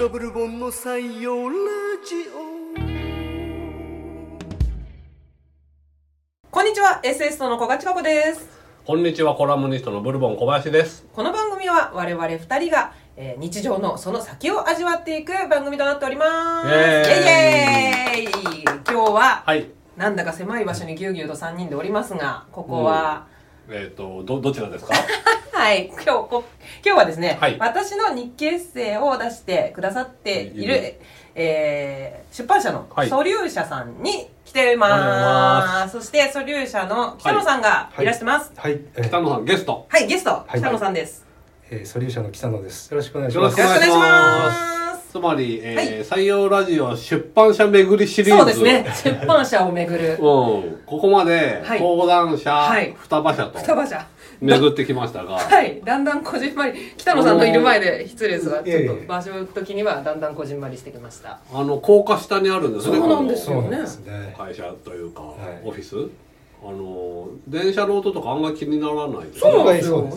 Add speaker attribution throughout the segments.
Speaker 1: ダブル本の採用ラジ
Speaker 2: こんにちは、エッセイストの小賀千香子です。
Speaker 3: こんにちは、コラムニストのブルボン小林です。
Speaker 2: この番組は我々二人が、えー日常のその先を味わっていく番組となっております。
Speaker 3: イエ
Speaker 2: イエーイ今日は、
Speaker 3: はい。
Speaker 2: なんだか狭い場所にぎゅうぎゅうと三人でおりますが、ここは、
Speaker 3: えっ、と、ど、どちらで すか
Speaker 2: はい、今日こ、今日はですね、
Speaker 3: はい
Speaker 2: 私の日記エッセイを出してくださってい
Speaker 3: い
Speaker 2: る、
Speaker 3: る
Speaker 2: えー出版社の
Speaker 3: はい
Speaker 2: ソリュー社さんに来てい
Speaker 3: おはようござ
Speaker 2: ま
Speaker 3: い
Speaker 2: す。そして、ソリュー社の北野さんがいらしてます。
Speaker 4: はい、えー
Speaker 3: 北野さん、ゲスト。
Speaker 2: はい、ゲスト、
Speaker 4: はい
Speaker 2: 北野さんです。
Speaker 4: えーソリューションの北野です。よろしくお願いし
Speaker 3: よろ
Speaker 4: ま
Speaker 3: し
Speaker 4: す。
Speaker 3: くお願いします。つまり、えー採用ラジオ出版社巡りシリーズ。
Speaker 2: そうですね。出版社をめぐる
Speaker 3: うん。ここまで、
Speaker 2: はい
Speaker 3: 講談社、
Speaker 2: はい
Speaker 3: 双葉社
Speaker 2: 双
Speaker 3: と
Speaker 2: 葉社。
Speaker 3: 巡ってきました が、
Speaker 2: はい。だんだんこじんまり。北野さんのいる前で失礼ですが、
Speaker 4: い
Speaker 2: ち
Speaker 4: えいえ
Speaker 2: ょっと場所時にはだんだんこじんまりしてきました。
Speaker 3: あの、高架下にあるんですね、
Speaker 2: そうなんです
Speaker 3: こ
Speaker 2: よ
Speaker 4: そうなんですね
Speaker 3: の。会社というか、
Speaker 4: はい
Speaker 3: オフィス。あの、電車の音とかあんまり気にならないですね
Speaker 4: そうなんですよ
Speaker 2: ね。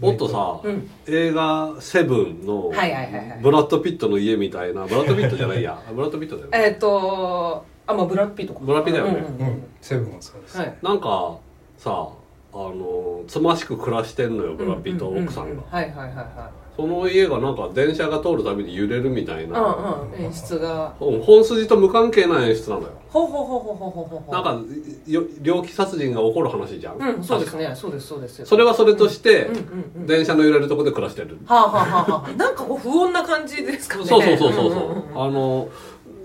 Speaker 2: うん。
Speaker 3: もっとさ、
Speaker 2: うん
Speaker 3: 映画「セブンの
Speaker 2: はいはいはいはい
Speaker 3: ブラッド・ピットの家みたいなブラッド・ピットじゃな いやブラッド・ピットだよね
Speaker 2: えっと、あ、まあブラッピーとか。
Speaker 3: ブラピだよね
Speaker 2: うん
Speaker 4: う
Speaker 2: うん
Speaker 4: ん、セブンもそうです。
Speaker 2: はい。
Speaker 3: なんかさあのつましく暮らしてんのよブラピット
Speaker 2: ううう
Speaker 3: 奥さんが、
Speaker 2: はいはいはいは
Speaker 3: その家がなんか電車が通るたびに揺れるみたい
Speaker 2: い。
Speaker 3: な、
Speaker 2: うんうん。演出が。
Speaker 3: ほ本筋と無関係な演出なのよ
Speaker 2: ほうほうほうほうほうほうほう。
Speaker 3: なんかよ猟奇殺人が起こる話じゃん、
Speaker 2: うん、そうです
Speaker 3: 確か
Speaker 2: ね。そうですそうです。
Speaker 3: それはそれとして、
Speaker 2: うんうんうん。
Speaker 3: 電車の揺れるとこで暮らしてる
Speaker 2: はあはあはあはあ。なんかこう不穏な感じですかね。
Speaker 3: そうそうそうそうそう、
Speaker 2: んんん
Speaker 3: あの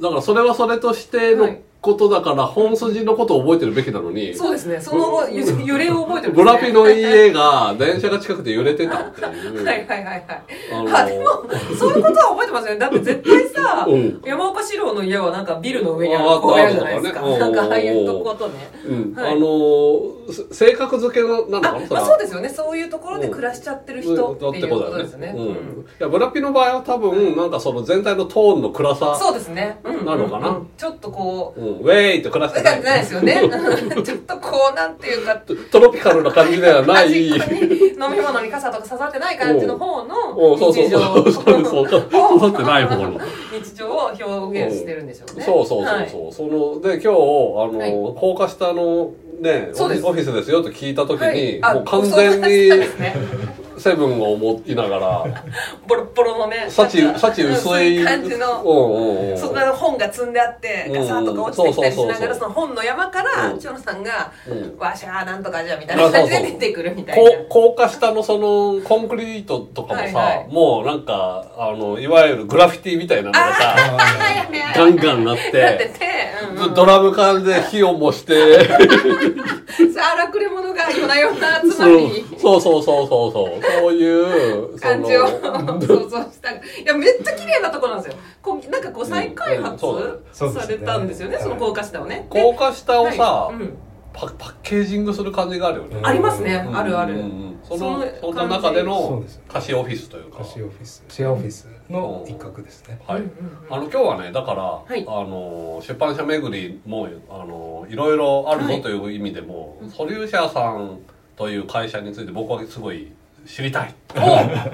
Speaker 3: だからそれはそれとして
Speaker 2: は
Speaker 3: の
Speaker 2: い
Speaker 3: ことだから本筋のことを覚えてるべきなのに、
Speaker 2: そうですね。そのゆ揺れを覚えてるんで
Speaker 3: ブ
Speaker 2: すね。
Speaker 3: ラピの家が電車が近くて揺れてたってい う、
Speaker 2: はいはいはいはい。
Speaker 3: あ
Speaker 2: あでもそういうことは覚えてますよね。だって絶対さ
Speaker 3: う、ん
Speaker 2: 山岡四郎の家はなんかビルの上にあ
Speaker 3: あ
Speaker 2: る
Speaker 3: あった
Speaker 2: 公園じゃないですか。
Speaker 3: あった
Speaker 2: な
Speaker 3: あ
Speaker 2: ん
Speaker 3: った
Speaker 2: かああいうとことね。
Speaker 3: うん
Speaker 2: はい
Speaker 3: あのせ性格づけのなの
Speaker 2: あ
Speaker 3: かな、
Speaker 2: まあそう
Speaker 3: で
Speaker 2: ですよね。そういうところで暮らしちゃってる人っていうことですね。
Speaker 3: うん
Speaker 2: うん
Speaker 3: いやブラピの場合は多分なんかその全体のトーンの暗さ、
Speaker 2: そうですね。うん
Speaker 3: なのかな
Speaker 2: うんちょっとこ
Speaker 3: うん、ウェーイと暮らし
Speaker 2: う、
Speaker 3: て
Speaker 2: な
Speaker 3: なんい
Speaker 2: かないですよね。 ちょっとこう、なんていうか、
Speaker 3: トトロピカルな感じではな
Speaker 2: 端
Speaker 3: い
Speaker 2: っこに飲み物に傘とか刺さってない感じの方
Speaker 3: お
Speaker 2: の
Speaker 3: うそうそう
Speaker 2: 日常
Speaker 3: そうそうそうそうそうってない方の
Speaker 2: 日常を表現してるんでしょうね。
Speaker 3: そうそうそうそう、そので今日あの、
Speaker 2: はい
Speaker 3: 高架下のね
Speaker 2: そう
Speaker 3: オフ
Speaker 2: です
Speaker 3: ィオフィスですよと聞いた時に、
Speaker 2: はいあ
Speaker 3: もう完全に
Speaker 2: そうなんですね
Speaker 3: セブンを思いながら
Speaker 2: ボロッボロのね
Speaker 3: 幸
Speaker 2: なんか
Speaker 3: 幸 薄い
Speaker 2: 薄感じの
Speaker 3: うんうんうん
Speaker 2: そこから本が積んであってガサッとか落ちてきたりしながら
Speaker 3: うん
Speaker 2: その本の山から
Speaker 3: うん
Speaker 2: 千代野さんが
Speaker 3: う
Speaker 2: 「
Speaker 3: ん
Speaker 2: わしゃあなんとかじゃ」みたいな感じで
Speaker 3: あそう
Speaker 2: 出
Speaker 3: そう
Speaker 2: てくるみたいな
Speaker 3: こう高架下のそのコンクリートとかもさ、
Speaker 2: はいはい
Speaker 3: もうなんかあのいわゆるグラフィティみたいなのがさ
Speaker 2: はいはいはい
Speaker 3: ガンガンなって
Speaker 2: なっててうんうん
Speaker 3: ドラム缶で火を燃して
Speaker 2: そう荒くれ者が夜な夜な集ま
Speaker 3: そ
Speaker 2: り
Speaker 3: う
Speaker 2: に
Speaker 3: そうそうそうそうそうそういうそ
Speaker 2: 感
Speaker 3: の
Speaker 2: じ を想像したいやめっちゃ綺麗なとこなんですよこうなんかこう再開発
Speaker 3: うんうん
Speaker 4: そうだね
Speaker 2: されたんですよね
Speaker 4: そ
Speaker 2: そ
Speaker 4: うですね
Speaker 2: の高架下をね
Speaker 3: 高架下をさ、
Speaker 2: はいうん
Speaker 3: パパッケージングする感じがあるよね、
Speaker 4: うん
Speaker 2: ありますね
Speaker 3: うん
Speaker 2: あるある
Speaker 3: うんうんそ
Speaker 2: その
Speaker 3: の
Speaker 2: 感じ
Speaker 3: そんな中で
Speaker 4: そう
Speaker 3: の
Speaker 4: です
Speaker 3: 貸しオフィスというか
Speaker 4: 貸しオフィス、シェアオフィスの一角ですね。
Speaker 3: はい、
Speaker 2: うんうんうん
Speaker 3: あの今日はねだから、
Speaker 2: い
Speaker 3: あの出版社巡りもあのいろいろあるぞという意味でも、ソリューシャーさんという会社について僕はすごい知りたい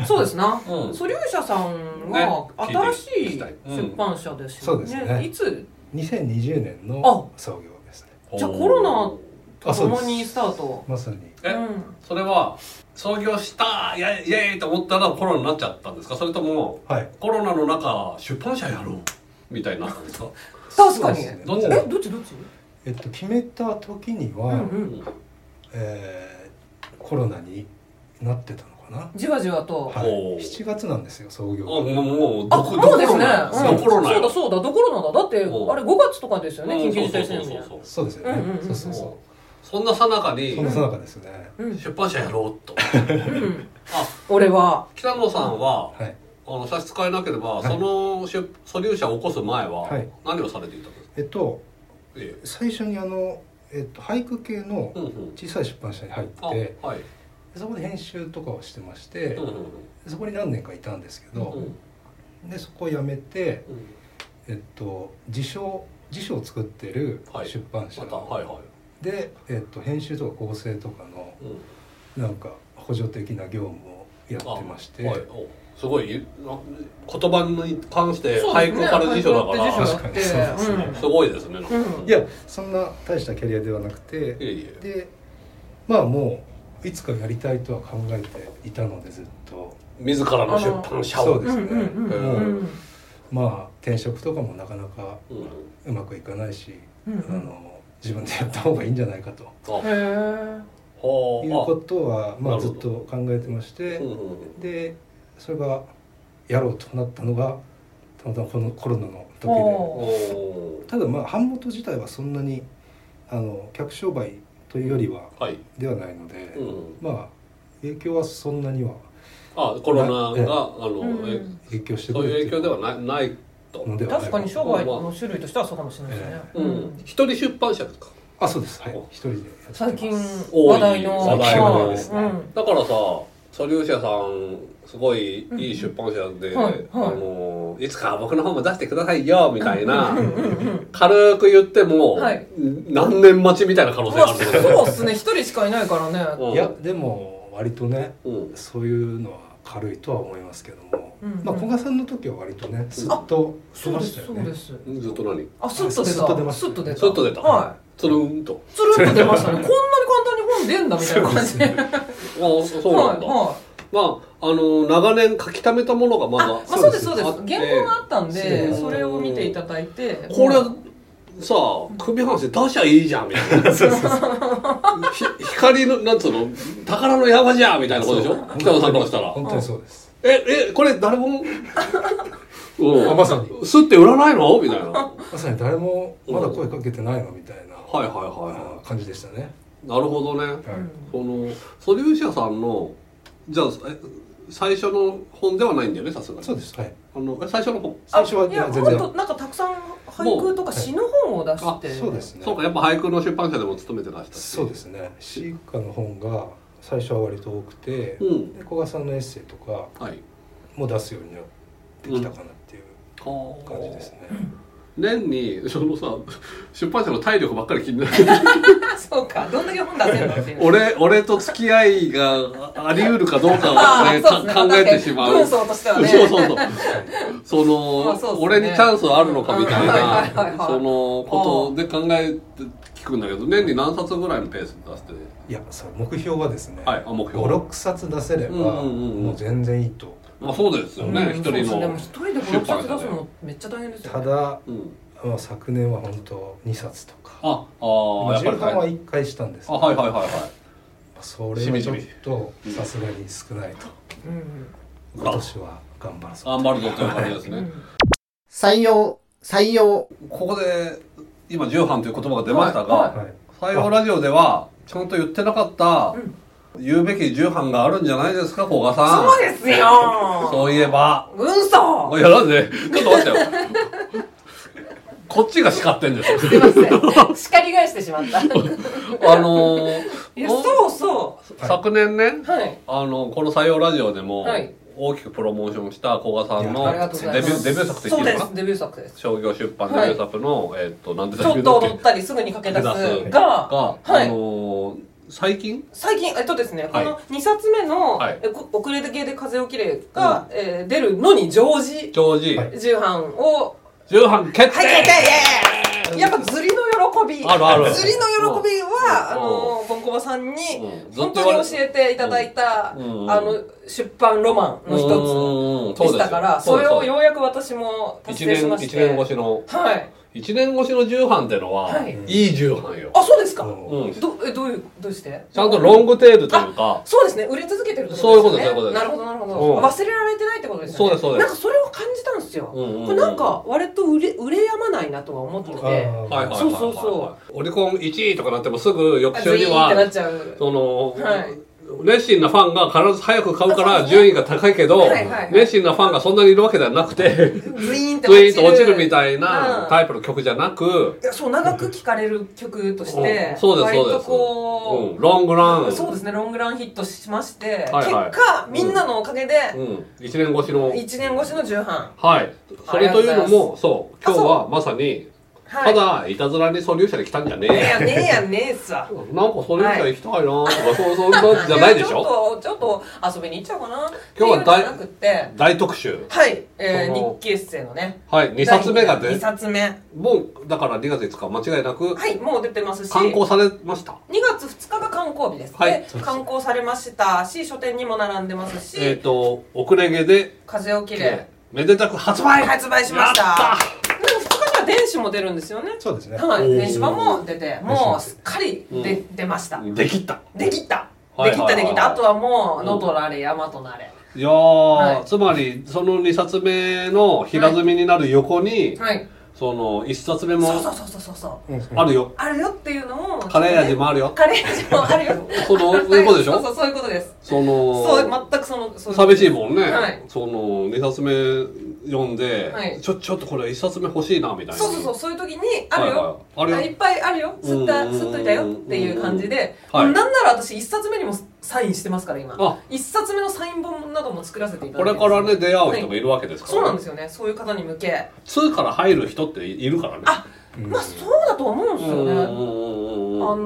Speaker 2: おそうですな、
Speaker 3: うん
Speaker 2: 素粒社さん
Speaker 3: ね
Speaker 2: は新し
Speaker 3: 聞いて
Speaker 2: い
Speaker 3: いきたいうん
Speaker 2: 出版社です
Speaker 4: そ
Speaker 2: よ
Speaker 4: うですね
Speaker 2: いつ
Speaker 4: 2020年の創業ですね。
Speaker 2: じゃあコロと
Speaker 4: あそうです
Speaker 2: 共にスタート
Speaker 4: まさに。
Speaker 3: え
Speaker 2: うん
Speaker 3: それは創業したイエイイエイと思ったらコロナになっちゃったんですかそれとも
Speaker 4: はい。
Speaker 3: コロナの中出版社やろうみたいになったんですか
Speaker 2: 確かに、
Speaker 4: そうですね
Speaker 3: ど
Speaker 4: も
Speaker 3: っ
Speaker 4: う
Speaker 3: ち
Speaker 2: えどっちどっち
Speaker 4: えっと決めた時に
Speaker 2: う
Speaker 4: は、
Speaker 2: んうん
Speaker 4: えーコロナになってたのかな。
Speaker 2: じわじわと、
Speaker 4: はい
Speaker 3: おー。
Speaker 4: 7月なんですよ創
Speaker 3: あもう
Speaker 4: 業。
Speaker 3: もう
Speaker 2: あ
Speaker 3: どこ
Speaker 2: もうですね、
Speaker 3: ど
Speaker 2: うん、
Speaker 3: コロ
Speaker 2: そ
Speaker 3: ナ
Speaker 2: うだ
Speaker 3: よ
Speaker 2: そうだどころなんだだって
Speaker 3: うん
Speaker 2: あれ5月とかですよね
Speaker 3: うん
Speaker 2: 緊急事態宣
Speaker 3: そう
Speaker 2: 言
Speaker 3: そうそうそう
Speaker 4: そうですよね。
Speaker 2: うんうんうん
Speaker 4: そうそう
Speaker 3: そう
Speaker 4: そ
Speaker 3: そんなさなか
Speaker 4: う。
Speaker 3: に
Speaker 4: そのさなかですね。
Speaker 2: うん
Speaker 3: 出版社やろうと
Speaker 2: うん
Speaker 3: あ
Speaker 2: 俺は
Speaker 3: 北野さんは
Speaker 4: はい。
Speaker 3: あの差し支えなければ、
Speaker 4: い
Speaker 3: その出素粒子を起こす前は
Speaker 4: はい
Speaker 3: 何をされていたんですか、
Speaker 4: えっと
Speaker 3: え
Speaker 4: 最初にあのえっと俳句系の
Speaker 3: えうんうん
Speaker 4: 小さい出版社に入って。
Speaker 3: あ、はい、
Speaker 4: でそこで編集とかをしてまして、
Speaker 3: うんうん
Speaker 4: でそこに何年かいたんですけ
Speaker 3: うんう
Speaker 4: ど、
Speaker 3: ん
Speaker 4: でそこを辞めて、
Speaker 3: うん
Speaker 4: えっと、辞書辞書を作ってる
Speaker 3: はい
Speaker 4: 出版社、
Speaker 3: またはいはい、
Speaker 4: で、えっと、編集とか構成とかの
Speaker 3: うん
Speaker 4: なんか補助的な業務をやってまして、
Speaker 3: あはいおすごいな言葉に関して
Speaker 2: そうです
Speaker 3: 俳
Speaker 2: ね
Speaker 3: 句から辞書だから
Speaker 2: 俳句って辞書だって
Speaker 4: 確かにそうですね
Speaker 3: すごいですねなんか
Speaker 2: うん
Speaker 4: いやそんな大したキャリアではなくて
Speaker 3: いえいえ
Speaker 4: でまあもういつかやりたいとは考えていたのでずっと
Speaker 3: 自らの出版社
Speaker 4: そ
Speaker 3: を
Speaker 4: うですね、
Speaker 2: うんうんうん
Speaker 3: う
Speaker 4: もうまあ転職とかもなかなかうまくいかないし、
Speaker 2: うんうん
Speaker 4: あの自分でやった方がいいんじゃないかと
Speaker 2: へえ
Speaker 3: ほ
Speaker 4: いううことはま
Speaker 3: な
Speaker 4: あ
Speaker 3: る
Speaker 4: ず
Speaker 3: ほ
Speaker 4: っ
Speaker 3: ど
Speaker 4: と考えてまして、
Speaker 3: うんうん
Speaker 4: でそれがやろうとなったのがたまたまこのコロナの時
Speaker 2: お
Speaker 4: で
Speaker 2: ー
Speaker 3: お
Speaker 4: ただまあ版元自体はそんなにあの客商売というよりは
Speaker 3: ーはい、
Speaker 4: ではないので、
Speaker 3: うん、
Speaker 4: まあ影響はそんなには
Speaker 3: あコロナ
Speaker 4: ええ
Speaker 3: があの、
Speaker 2: うん
Speaker 3: え
Speaker 4: 影響して
Speaker 3: そ
Speaker 4: く
Speaker 3: う
Speaker 4: る
Speaker 3: いう影響で
Speaker 4: い
Speaker 3: はないないと、
Speaker 4: のではない
Speaker 2: 確かに商売の種類としてはそうかもしれないですね、
Speaker 3: う
Speaker 2: うん
Speaker 3: ん、一人出版社ですか
Speaker 4: あそうですはい
Speaker 3: お
Speaker 4: 一人でやってます
Speaker 2: 最近
Speaker 3: 多い
Speaker 2: 話題の
Speaker 3: 話題
Speaker 4: の
Speaker 2: はいうん
Speaker 3: だからさソリューシャさんすごいいい出版社で、
Speaker 2: うんはいはい
Speaker 3: あのいつか僕の本も出してくださいよみたいな
Speaker 2: うんうんうん
Speaker 3: 軽く言っても、
Speaker 2: はい
Speaker 3: 何年待ちみたいな可能性
Speaker 2: ま
Speaker 3: があ
Speaker 2: あ
Speaker 3: るってこと
Speaker 2: そうっすね一人しかいないからね
Speaker 3: うん
Speaker 4: いやでも割とね
Speaker 3: うん
Speaker 4: そういうのは軽いとは思いますけども、
Speaker 2: うんうん
Speaker 4: まあ古賀さんの時は割とねすっと出
Speaker 2: そう
Speaker 4: ま
Speaker 2: で
Speaker 4: し
Speaker 2: す
Speaker 4: たよ
Speaker 2: そう
Speaker 4: ね
Speaker 2: です
Speaker 3: ずっと何
Speaker 2: あスッと出
Speaker 4: スッと出
Speaker 2: た
Speaker 4: まし
Speaker 2: ス
Speaker 4: た
Speaker 2: ッと出た
Speaker 3: スッと出た
Speaker 2: は
Speaker 3: つるんと
Speaker 2: いつるっと出ましたねこんなに簡単に本出んだみたいな感じで
Speaker 3: あそそうなんだ、
Speaker 2: はいはい
Speaker 3: まああの長年書き溜めたものがまだ
Speaker 2: あ、まあ、そうですそうです
Speaker 3: あって
Speaker 2: 原稿があったん
Speaker 4: そう
Speaker 2: で
Speaker 4: です
Speaker 2: それを見ていただいて
Speaker 3: これ
Speaker 2: まあ
Speaker 3: さあ首半生出しゃいいじゃんみたいなひ光のなんつうの宝の山じゃんみたいなことでしょ
Speaker 4: そう
Speaker 3: 北野さんからしたら
Speaker 4: 本当にそうです、
Speaker 3: ええこれ誰 もうん
Speaker 4: あまさに
Speaker 3: 吸って売らないのみたいなは
Speaker 4: まさに誰もまだ声かけてないのみたいな、
Speaker 3: いはいは
Speaker 4: 感じでしたね、
Speaker 3: いなるほどね、
Speaker 4: はい
Speaker 3: そのソリューシャさんのじゃあえ最初の本ではないんだよねさすがに
Speaker 4: そうですはい
Speaker 3: あのえ最初の本
Speaker 2: あ
Speaker 4: 最初はい
Speaker 2: や
Speaker 4: 全
Speaker 2: もっと
Speaker 4: 然
Speaker 2: なんかたくさん俳句とか詩の本を出
Speaker 3: もう
Speaker 2: して
Speaker 4: そうですね
Speaker 3: そうかやっぱ俳句の出版社でも勤めてらしたし
Speaker 4: そうですね詩歌の本が最初は割と多くて、
Speaker 3: うん
Speaker 4: で古賀さんのエッセイとか
Speaker 3: はい
Speaker 4: も出すようになってきたかなっていう感じですね、
Speaker 3: 年にそのさ出版社の体力ばっかり気になる
Speaker 2: あそうかどんだけ本出せるのっていう
Speaker 3: 俺俺と付き合いがあり得るかどうかを、
Speaker 2: あ
Speaker 3: ね
Speaker 2: ーそうですね
Speaker 3: か考えてしまう
Speaker 2: 文章としてはね
Speaker 3: そうそう そうそ
Speaker 2: ま
Speaker 3: の
Speaker 2: あそうですね
Speaker 3: 俺にチャンスはあるのかみたい
Speaker 2: うんはいはいはい
Speaker 3: な
Speaker 2: はい
Speaker 3: そのことで考えて聞くんだけど年に何冊ぐらいのペースで出して
Speaker 4: いやそう目標はですね、
Speaker 3: はいあ目標
Speaker 4: 56冊出せれば、
Speaker 3: うんうんうんうん
Speaker 4: もう全然いいと
Speaker 3: まあそうですよね
Speaker 2: うん
Speaker 3: 一
Speaker 2: そうです
Speaker 3: 人
Speaker 2: ねでも
Speaker 3: の
Speaker 2: 一人でこの冊出すのめっちゃ大変ですよ
Speaker 4: た
Speaker 2: ね
Speaker 4: だ、
Speaker 3: うん
Speaker 4: まあ、昨年は本当2冊とか
Speaker 3: あああやっぱ
Speaker 4: 重
Speaker 3: り
Speaker 4: 版は
Speaker 3: はい
Speaker 4: 1回したんです
Speaker 3: あ
Speaker 4: けど
Speaker 3: はいはいはいはい
Speaker 4: それはちょっとさすがに少ないと
Speaker 2: うん
Speaker 4: 今年は頑張るぞ
Speaker 3: 頑張るぞという感じです
Speaker 2: うんう
Speaker 3: ね
Speaker 2: ん
Speaker 5: 採用、採用、
Speaker 3: ここで今重版という言葉が出ました
Speaker 2: はい
Speaker 3: が
Speaker 4: はい
Speaker 3: 採用ラジオではちゃんと言ってなかった言うべき重版があるんじゃないですか古賀さん
Speaker 2: そうですよ
Speaker 3: そういえば
Speaker 2: うんそ
Speaker 3: いやなんでちょっと待ってよこっちが叱ってんですよ
Speaker 2: すいません叱り返してしま ったい
Speaker 3: あのー
Speaker 2: や
Speaker 3: もう
Speaker 2: そうそ
Speaker 3: 昨年ね
Speaker 2: うはい
Speaker 3: あのこの採用ラジオでも
Speaker 2: はい
Speaker 3: 大きくプロモーションした古賀さん
Speaker 4: いや
Speaker 3: の
Speaker 2: ありがとうござ
Speaker 3: デ
Speaker 2: い
Speaker 3: ビ
Speaker 2: ま
Speaker 3: ュー
Speaker 2: す
Speaker 3: デビュー作
Speaker 2: そ
Speaker 3: と言っ
Speaker 2: う
Speaker 3: てい
Speaker 2: で
Speaker 3: いのか
Speaker 2: す
Speaker 3: な
Speaker 2: デビュー作です
Speaker 3: 商業出版デビ
Speaker 2: はい
Speaker 3: ュー作の、えっとなんで
Speaker 2: ち
Speaker 3: だ
Speaker 2: ょ
Speaker 3: け
Speaker 2: っと
Speaker 3: どっ
Speaker 2: 踊
Speaker 3: け
Speaker 2: ったりすぐに駆け出
Speaker 3: 駆け出
Speaker 2: す
Speaker 3: す
Speaker 2: が
Speaker 3: が、
Speaker 2: はい
Speaker 3: あのー最近
Speaker 2: 最近えっとですね、
Speaker 3: はい
Speaker 2: この2冊目の「
Speaker 3: はい
Speaker 2: えこ遅れてで風を切れが」えー出るのに常時
Speaker 3: ジョージ、
Speaker 4: はい
Speaker 2: 重版を
Speaker 3: 重版決定、
Speaker 2: はい決定イエーイやっぱ釣りの喜び
Speaker 3: あるある
Speaker 2: 釣りの喜びは、あ
Speaker 3: うん
Speaker 2: のボンコバさんに
Speaker 3: うんずっ
Speaker 2: 本
Speaker 3: と言わ
Speaker 2: 当
Speaker 3: れ
Speaker 2: に教えていただいた、
Speaker 3: うんうん
Speaker 2: あの出版ロマンの一
Speaker 3: 一
Speaker 2: つでしたからそれをようやく私も達
Speaker 3: 一
Speaker 2: 成しま
Speaker 3: 年
Speaker 2: し
Speaker 3: 一
Speaker 2: て
Speaker 3: 年越しの
Speaker 2: はい
Speaker 3: 一年越しの重版ってのは、
Speaker 2: はいい、
Speaker 3: い重版よ
Speaker 2: あそうですか、
Speaker 4: うん
Speaker 3: うん、ち
Speaker 2: どえどういうどうして
Speaker 3: ゃんとロングテールというか
Speaker 2: そうですね、売れ続けてるって
Speaker 3: そういうことです
Speaker 2: なるほど、なるほ
Speaker 3: うん
Speaker 2: ど。忘れられてないってことですよね。
Speaker 3: そうですそうです
Speaker 2: なんかそれを感じたんですよ。
Speaker 3: うんうんうん
Speaker 2: これなんか、割と売れ、売れやまないなとは思ってて。
Speaker 4: あ
Speaker 3: はいはいはいはい
Speaker 2: そうそうそ
Speaker 3: オリコン1位とかなってもすぐ翌
Speaker 2: あ
Speaker 3: 週
Speaker 2: ズイ
Speaker 3: に
Speaker 2: ーンってな
Speaker 3: は
Speaker 2: っちゃう。
Speaker 3: その、
Speaker 2: はい
Speaker 3: 熱心なファンが必ず早く買うか
Speaker 2: あそう
Speaker 3: ら
Speaker 2: そう
Speaker 3: 順位が高いけど、
Speaker 2: はいはいはい
Speaker 3: 熱心なファンがそんなにいるわけではなくて
Speaker 2: ズイーンって
Speaker 3: グイ
Speaker 2: 落
Speaker 3: ーン
Speaker 2: ち
Speaker 3: と
Speaker 2: る。
Speaker 3: 落ちるみたいな
Speaker 2: うん
Speaker 3: タイプの曲じゃなく、
Speaker 2: いやそう、長く聴かれる曲として
Speaker 3: うん、そうですそうです
Speaker 2: 割とこ
Speaker 3: うん、ロングラ
Speaker 2: う、
Speaker 3: ン、
Speaker 2: そうですね、ロングランヒットしまして、
Speaker 3: はいはい
Speaker 2: 結果、みんなのおかげで、
Speaker 3: うん、1年越しの
Speaker 2: 1年越しの重版。
Speaker 3: はいそれというの
Speaker 2: ありがとう
Speaker 3: もそう今日はまさに
Speaker 2: いはい
Speaker 3: ただいたずらにソリューシャで来たんじゃね
Speaker 2: いや
Speaker 3: え
Speaker 2: ねえやんねえっすわ
Speaker 3: なんかソリューシャ行きたいなとか、そうそうそうじゃないでし
Speaker 2: ち
Speaker 3: ょ
Speaker 2: ょっとちょっと遊びに行っちゃおうかな
Speaker 3: 今日
Speaker 2: っていう
Speaker 3: は大
Speaker 2: んじゃなくて
Speaker 3: 大特集
Speaker 2: はい、えー
Speaker 3: その
Speaker 2: 日記エッセイのね
Speaker 3: はい2冊目が
Speaker 2: 2
Speaker 3: で
Speaker 2: 冊目は
Speaker 3: もうだから2月5日間違いなく
Speaker 2: いもう出てますし
Speaker 3: 刊行されました
Speaker 2: 2月2日が観光日です、
Speaker 3: はい
Speaker 2: で観光されましたし書店にも並んでますし、
Speaker 3: えっ、と遅れ毛で
Speaker 2: 風を切れ
Speaker 3: めでたく発売
Speaker 2: 発売しました
Speaker 3: やった
Speaker 2: でも2日には電子も出るんですよね
Speaker 4: そうですね
Speaker 2: はい
Speaker 3: おー
Speaker 2: 電子版も出てもうすっかり
Speaker 3: うん
Speaker 2: で出ました
Speaker 3: できった
Speaker 2: できた
Speaker 3: はい
Speaker 2: で
Speaker 3: はい
Speaker 2: き
Speaker 3: は
Speaker 2: た
Speaker 3: い
Speaker 2: できたあとはも
Speaker 3: う
Speaker 2: うん野となれ山となれ
Speaker 3: いやー、
Speaker 2: はい
Speaker 3: つまりその2冊目の平積みになる横に、
Speaker 2: はい
Speaker 3: その1冊目も
Speaker 2: そうそうそうそうそうそう
Speaker 4: うん
Speaker 3: あるよ、
Speaker 2: あるよっていうのを
Speaker 3: カレー味もあるよ
Speaker 2: カレー味もあるよ
Speaker 3: そのそういうこと でし
Speaker 2: そ
Speaker 3: ょ
Speaker 2: うそうそういうことです
Speaker 3: その
Speaker 2: そう全くそのそううことで
Speaker 3: 寂
Speaker 2: す
Speaker 3: しいもんね、
Speaker 2: はい
Speaker 3: その2冊目読んで、
Speaker 2: はい
Speaker 3: ちょちょっとこれ1冊目欲しいなみたいな
Speaker 2: そうそうそうそういう時にある
Speaker 3: はいはい
Speaker 2: よ、
Speaker 3: あるよ
Speaker 2: いっぱいあるよ吸った
Speaker 3: うん
Speaker 2: 吸っといたよっていう感じで、
Speaker 3: うんはい
Speaker 2: なんなら私一冊目にもサインしてますから今
Speaker 3: あ
Speaker 2: 一冊目のサイン本なども作らせていた
Speaker 3: こ
Speaker 2: だい
Speaker 3: れ
Speaker 2: て
Speaker 3: からね出会う人
Speaker 2: は
Speaker 3: がいるわけですか
Speaker 2: そ
Speaker 3: ら、
Speaker 2: うなんですよねそういう方に向け
Speaker 3: 2から入る人っているからね
Speaker 2: あまあそうだと思うんですよね、あ
Speaker 3: よ
Speaker 2: の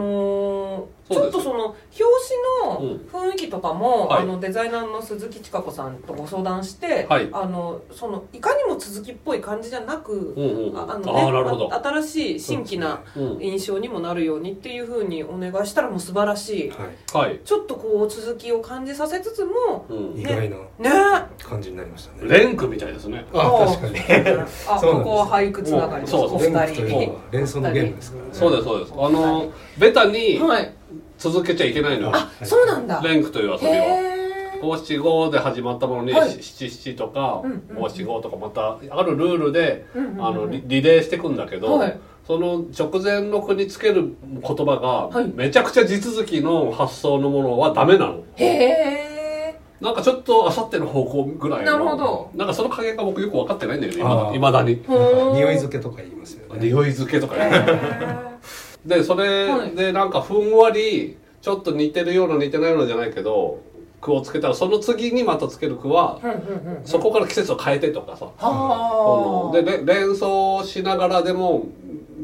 Speaker 2: ー、ち
Speaker 3: そ
Speaker 2: ょ
Speaker 3: うです
Speaker 2: っとその表紙の雰囲気とかも、
Speaker 3: はい
Speaker 2: あのデザイナーの鈴木千佳子さんとご相談して、
Speaker 3: はい
Speaker 2: あのそのいかにも続きっぽい感じじゃなく、
Speaker 3: うんうんうん
Speaker 2: ああのね
Speaker 3: あーなるほど
Speaker 2: あ新しい新規な
Speaker 3: うん
Speaker 2: 印象にもなるようにっていうふうにお願いしたらもう素晴らしい
Speaker 4: はい
Speaker 3: はい、
Speaker 2: ちょっとこう続きを感じさせつつも
Speaker 3: うん
Speaker 4: 意外な
Speaker 2: ねあ
Speaker 4: 感じになりましたね
Speaker 3: レンクみたいですね
Speaker 4: あ確か
Speaker 2: あ
Speaker 4: にそうなんです
Speaker 2: ここは俳句つながりです
Speaker 3: そう
Speaker 2: お
Speaker 4: 連
Speaker 2: 二
Speaker 4: 絡と
Speaker 2: 人
Speaker 4: いうのは連想のゲームですからね
Speaker 3: そうですそうですあのベタに
Speaker 2: はい
Speaker 3: 続けちゃいけないのよ
Speaker 2: あそうなんだ
Speaker 3: レンクという遊び
Speaker 2: へ
Speaker 3: は
Speaker 2: え
Speaker 3: 五七五で始まったものに
Speaker 2: はい
Speaker 3: し七七とか
Speaker 2: うんうん
Speaker 3: 五七五とかまたあるルールで
Speaker 2: うんうんうん
Speaker 3: あのリリレーしていくんだけど
Speaker 2: はい
Speaker 3: その直前の句につける言葉が
Speaker 2: はい
Speaker 3: めちゃくちゃ地続きの発想のものはダメなの
Speaker 2: へえ
Speaker 3: なんかちょっとあさっての方向ぐらいの
Speaker 2: なるほど
Speaker 3: なんかその加減が僕よく分かってないんだけ
Speaker 4: あ
Speaker 3: ど
Speaker 4: ー
Speaker 3: いまだに
Speaker 4: なんか匂い付けとか言いますよね
Speaker 3: 匂い付けとかやるでそ
Speaker 2: は
Speaker 3: れ
Speaker 2: い
Speaker 3: でなんかふんわりちょっと似てるような似てないようなじゃないけど句をつけたらその次にまたつける句はそこから季節を変えてとかさ
Speaker 2: はあ
Speaker 3: でれ連想しながらでも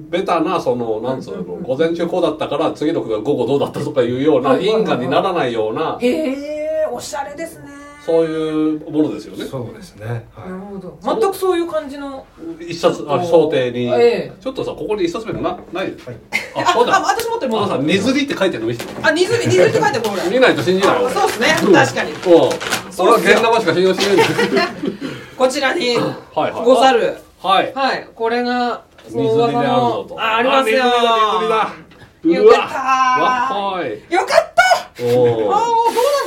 Speaker 3: ベタなそのなんつうの午前中こうだったから次の句が午後どうだったとかいうような
Speaker 2: はいはいはい
Speaker 3: 因果にならないような
Speaker 2: へえおしゃれですね
Speaker 3: そういうものですよね
Speaker 4: そうですね
Speaker 2: なる
Speaker 4: は
Speaker 2: ほど全くそういう感じの
Speaker 3: 一冊あ想定に
Speaker 2: ええ
Speaker 3: ちょっとさここに一冊目のなない
Speaker 4: いはい
Speaker 3: あそうだ
Speaker 2: あ私持ってる
Speaker 3: も
Speaker 2: も
Speaker 3: うさ「
Speaker 2: の
Speaker 3: ねずり」って書いてるの見せて
Speaker 2: あ二十二十って書いてもほら
Speaker 3: 見ないと信じないよ
Speaker 2: そうですね
Speaker 3: うん
Speaker 2: 確かに
Speaker 3: うんそれは現場しか信用しないんです
Speaker 2: こちらに
Speaker 3: はいはい
Speaker 2: ござる
Speaker 3: はい
Speaker 2: はいこれが
Speaker 3: 水煮であるぞと
Speaker 2: あありますよよかった
Speaker 3: 水煮だ水煮だうわわっはーい
Speaker 2: よかった
Speaker 3: お
Speaker 2: ああもう
Speaker 3: ー
Speaker 2: どうなっ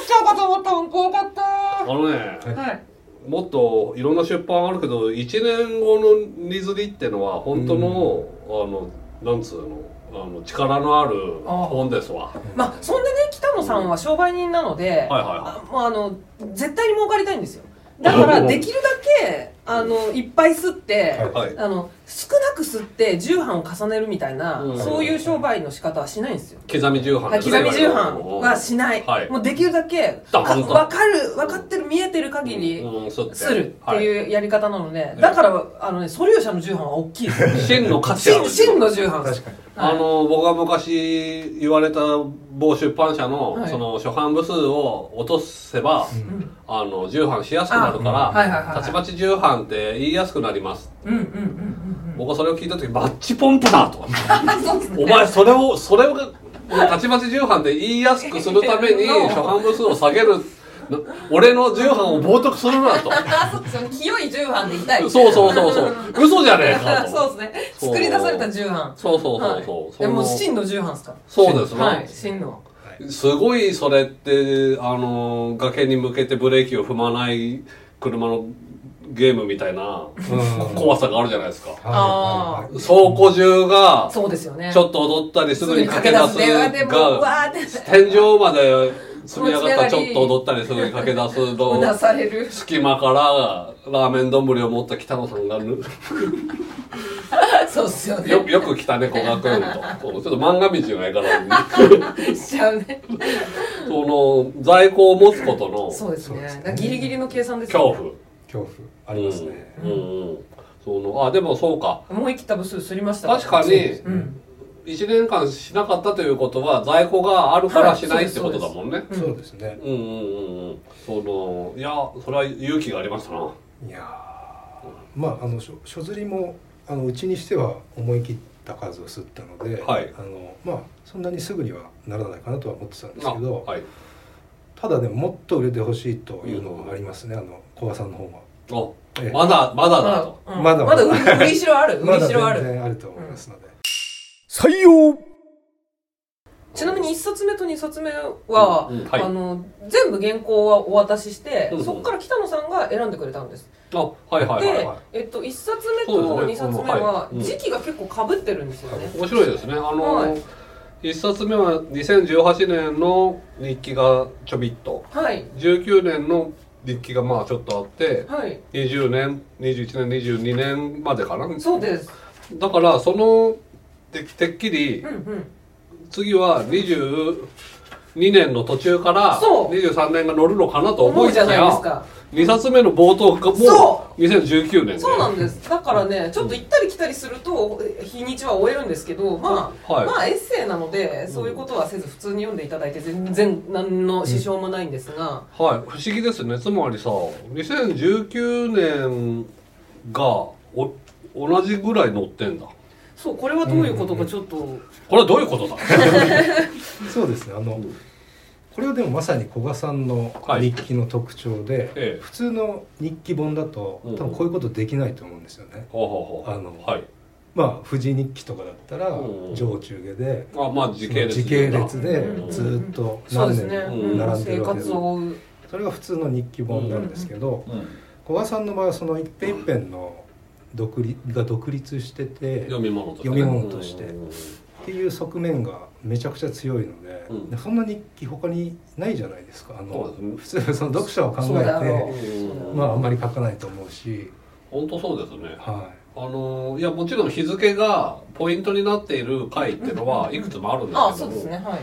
Speaker 2: ちゃうかと思ったもん怖かった
Speaker 3: あのね
Speaker 2: はい
Speaker 3: もっといろんな出版あるけど1年後の荷刷りってのは本当の、あのなんつうのあの力のある
Speaker 2: あ
Speaker 3: 本ですわ
Speaker 2: まあそんでね北野さんは商売人なので、
Speaker 3: はい
Speaker 2: あ
Speaker 3: は
Speaker 2: まああの絶対に儲かりたいんですよだから
Speaker 3: うん
Speaker 2: できるだけあのいっぱい吸って、
Speaker 3: はい
Speaker 2: あの少なく吸って重版を重ねるみたいな、
Speaker 3: うん
Speaker 2: そういう商売の仕方はしないんですよ、
Speaker 3: 刻み重版
Speaker 2: はい、
Speaker 3: です
Speaker 2: 刻
Speaker 3: ね
Speaker 2: み重版はしない、
Speaker 3: はい
Speaker 2: もうできるだけ
Speaker 3: だ
Speaker 2: あ
Speaker 3: 本
Speaker 2: 分
Speaker 3: 当
Speaker 2: かる分かってる見えてる限り、
Speaker 3: うんうんそう
Speaker 2: するって
Speaker 3: はい
Speaker 2: いうやり方なので、だからあのね素粒子の重版は大きいですよ
Speaker 3: 真の価値あ
Speaker 2: 真
Speaker 3: る
Speaker 2: 真の重版
Speaker 4: い
Speaker 2: です
Speaker 4: 確かに
Speaker 3: あの僕が昔言われた某出版社の、
Speaker 2: はい
Speaker 3: その初版部数を落とせば、
Speaker 2: ん
Speaker 3: あの重版しやすくなるから、
Speaker 2: あはいはいはいはい
Speaker 3: たちまち重版って言いやすくなります、
Speaker 2: うんうんうんうん
Speaker 3: 僕はそれを聞いた時マッチポンプだ と
Speaker 2: あそうですね
Speaker 3: お前それをそれをたちまち重版で言いやすくするために 初版部数を下げるな俺の重版を冒涜するなと
Speaker 2: あそうですね清い重版でいたい
Speaker 3: そうそうそうそう嘘じゃねえかと
Speaker 2: そうです
Speaker 3: そう
Speaker 2: ね。作り出された重版。
Speaker 3: そうそうそうそう、
Speaker 2: はい
Speaker 3: そ
Speaker 2: で
Speaker 3: の
Speaker 2: も真の重版ですか
Speaker 3: そうですね、
Speaker 2: ら。はい、真の。
Speaker 3: すごいそれってあの崖に向けてブレーキを踏まない車のゲームみたいな
Speaker 4: うん
Speaker 3: 怖さがあるじゃないですか
Speaker 4: はいはいはい
Speaker 3: 走行中が
Speaker 2: そうですよね。
Speaker 3: ちょっと踊ったりすぐに駆け出す
Speaker 2: で、でもう
Speaker 3: が
Speaker 2: わーって。
Speaker 3: 天井まで積み上がっ
Speaker 2: もう積み上
Speaker 3: た
Speaker 2: がり
Speaker 3: ちょっと踊ったりすぐに駆け出す
Speaker 2: う
Speaker 3: の
Speaker 2: なされる。
Speaker 3: 隙間からラーメン丼を持った北野さんがぬ
Speaker 2: そうっすよね。
Speaker 3: よよく来たね古賀君とこうちょっと漫画道の絵柄に
Speaker 2: しちゃうね。
Speaker 3: その在庫を持つことの
Speaker 2: そうです
Speaker 4: そうです
Speaker 2: ね。
Speaker 4: ね
Speaker 2: だからギリギリの計算ですよ
Speaker 3: 恐
Speaker 2: ね。
Speaker 3: 怖
Speaker 4: 恐怖ありますね
Speaker 3: うんうん、そそのあでもそうか
Speaker 2: 思い切った部数すりました
Speaker 3: 確かに
Speaker 2: うん
Speaker 3: 1年間しなかったということは在庫があるからしないってことだもんね、
Speaker 2: うん
Speaker 4: そうですね
Speaker 3: うんうんうんうんそのいやそれは勇気がありましたない
Speaker 4: やーまああの書書釣りもあのうちにしては思い切った数を吸ったので、
Speaker 3: はい
Speaker 4: あのまあそんなにすぐにはならないかなとは思ってたんです
Speaker 3: あ
Speaker 4: けど、
Speaker 3: はい
Speaker 4: ただでももっと売れてほしいというのがありますね、あの小賀さんの方が、
Speaker 3: あ
Speaker 4: ええ
Speaker 3: まだまだ
Speaker 2: ま
Speaker 3: だ
Speaker 2: だ
Speaker 3: と、
Speaker 2: うん
Speaker 4: まだ
Speaker 2: まだ売り売りしろある売
Speaker 4: ま
Speaker 2: り
Speaker 4: だ
Speaker 2: しろあ
Speaker 4: 全
Speaker 2: る
Speaker 4: 然あると思いますので、
Speaker 1: 採用
Speaker 2: ちなみに1冊目と2冊目は、
Speaker 3: うんうんはい
Speaker 2: あの全部原稿はお渡しして、
Speaker 3: うんうん
Speaker 2: そこから北野さんが選んでくれたんです、
Speaker 3: あはいはいはい
Speaker 2: で
Speaker 3: はい、
Speaker 2: えっと、1冊目
Speaker 3: そ
Speaker 2: と
Speaker 3: うで
Speaker 2: 2
Speaker 3: すね
Speaker 2: 冊目
Speaker 3: は
Speaker 2: はい
Speaker 3: うん
Speaker 2: 時期が結構かぶってるんですよね、
Speaker 3: 面白いですねあの、
Speaker 2: はい
Speaker 3: 一冊目は2018年の日記がちょびっと
Speaker 2: はい
Speaker 3: 19年の日記がまあちょっとあって
Speaker 2: はい
Speaker 3: 20年21年22年までかな
Speaker 2: そうです
Speaker 3: だからそのててっきり
Speaker 2: うんうん
Speaker 3: 次は22年の途中から
Speaker 2: そう
Speaker 3: 23年が乗るのかなと
Speaker 2: 思
Speaker 3: 思
Speaker 2: う
Speaker 3: い
Speaker 2: じゃ
Speaker 3: き
Speaker 2: ないです
Speaker 3: や
Speaker 2: か
Speaker 3: 2冊目の冒頭がも
Speaker 2: そう
Speaker 3: 2019年で
Speaker 2: そうなんですだからねちょっと行ったり来たりするとえ日にちは終えるんですけどまあ、
Speaker 3: はい
Speaker 2: まあエッセイなのでそういうことはせず普通に読んでいただいて全然何の支障もないんですが、
Speaker 3: はい不思議ですねつまりさ2019年がお同じぐらい乗ってんだ
Speaker 2: そうこれはどういうことかちょっと、
Speaker 3: これはどういう ことだ
Speaker 4: そうですねあの、これはでもまさに古賀さんの
Speaker 3: はい
Speaker 4: 日記の特徴で、
Speaker 3: ええ
Speaker 4: 普通の日記本だと
Speaker 3: うん
Speaker 4: 多分こういうことできないと思うんですよね。
Speaker 3: ほうほうほう
Speaker 4: あの
Speaker 3: はい
Speaker 4: まあ藤井日記とかだったら
Speaker 3: うん
Speaker 4: 上中下で
Speaker 3: あまあ時系列
Speaker 4: 時系列で
Speaker 3: うん
Speaker 4: ずーっと
Speaker 2: そうで
Speaker 4: 何
Speaker 2: す
Speaker 4: 年
Speaker 2: ね、
Speaker 3: う
Speaker 4: も
Speaker 3: ん
Speaker 4: 並んで
Speaker 2: 生
Speaker 4: るわけで
Speaker 2: 活を追う
Speaker 4: それが普通の日記本なんですけど
Speaker 3: うん
Speaker 4: 古賀さんの場合はその一編一編の独立が独立してて
Speaker 3: 読み物として、
Speaker 4: 読み物として
Speaker 3: うん
Speaker 4: っていう側面がめちゃくちゃ強いので、
Speaker 3: うん
Speaker 4: そんな日記他にないじゃないですかあの
Speaker 3: そうで
Speaker 4: 普通その読者を考
Speaker 2: そう
Speaker 4: え
Speaker 2: だろ
Speaker 4: て
Speaker 3: う
Speaker 4: まああんまり書かないと思うし、
Speaker 3: 本当そうですね
Speaker 4: は
Speaker 3: あのーいやもちろん日付がポイントになっている回っていうのはいくつもあるんですけども
Speaker 2: あそうですねはい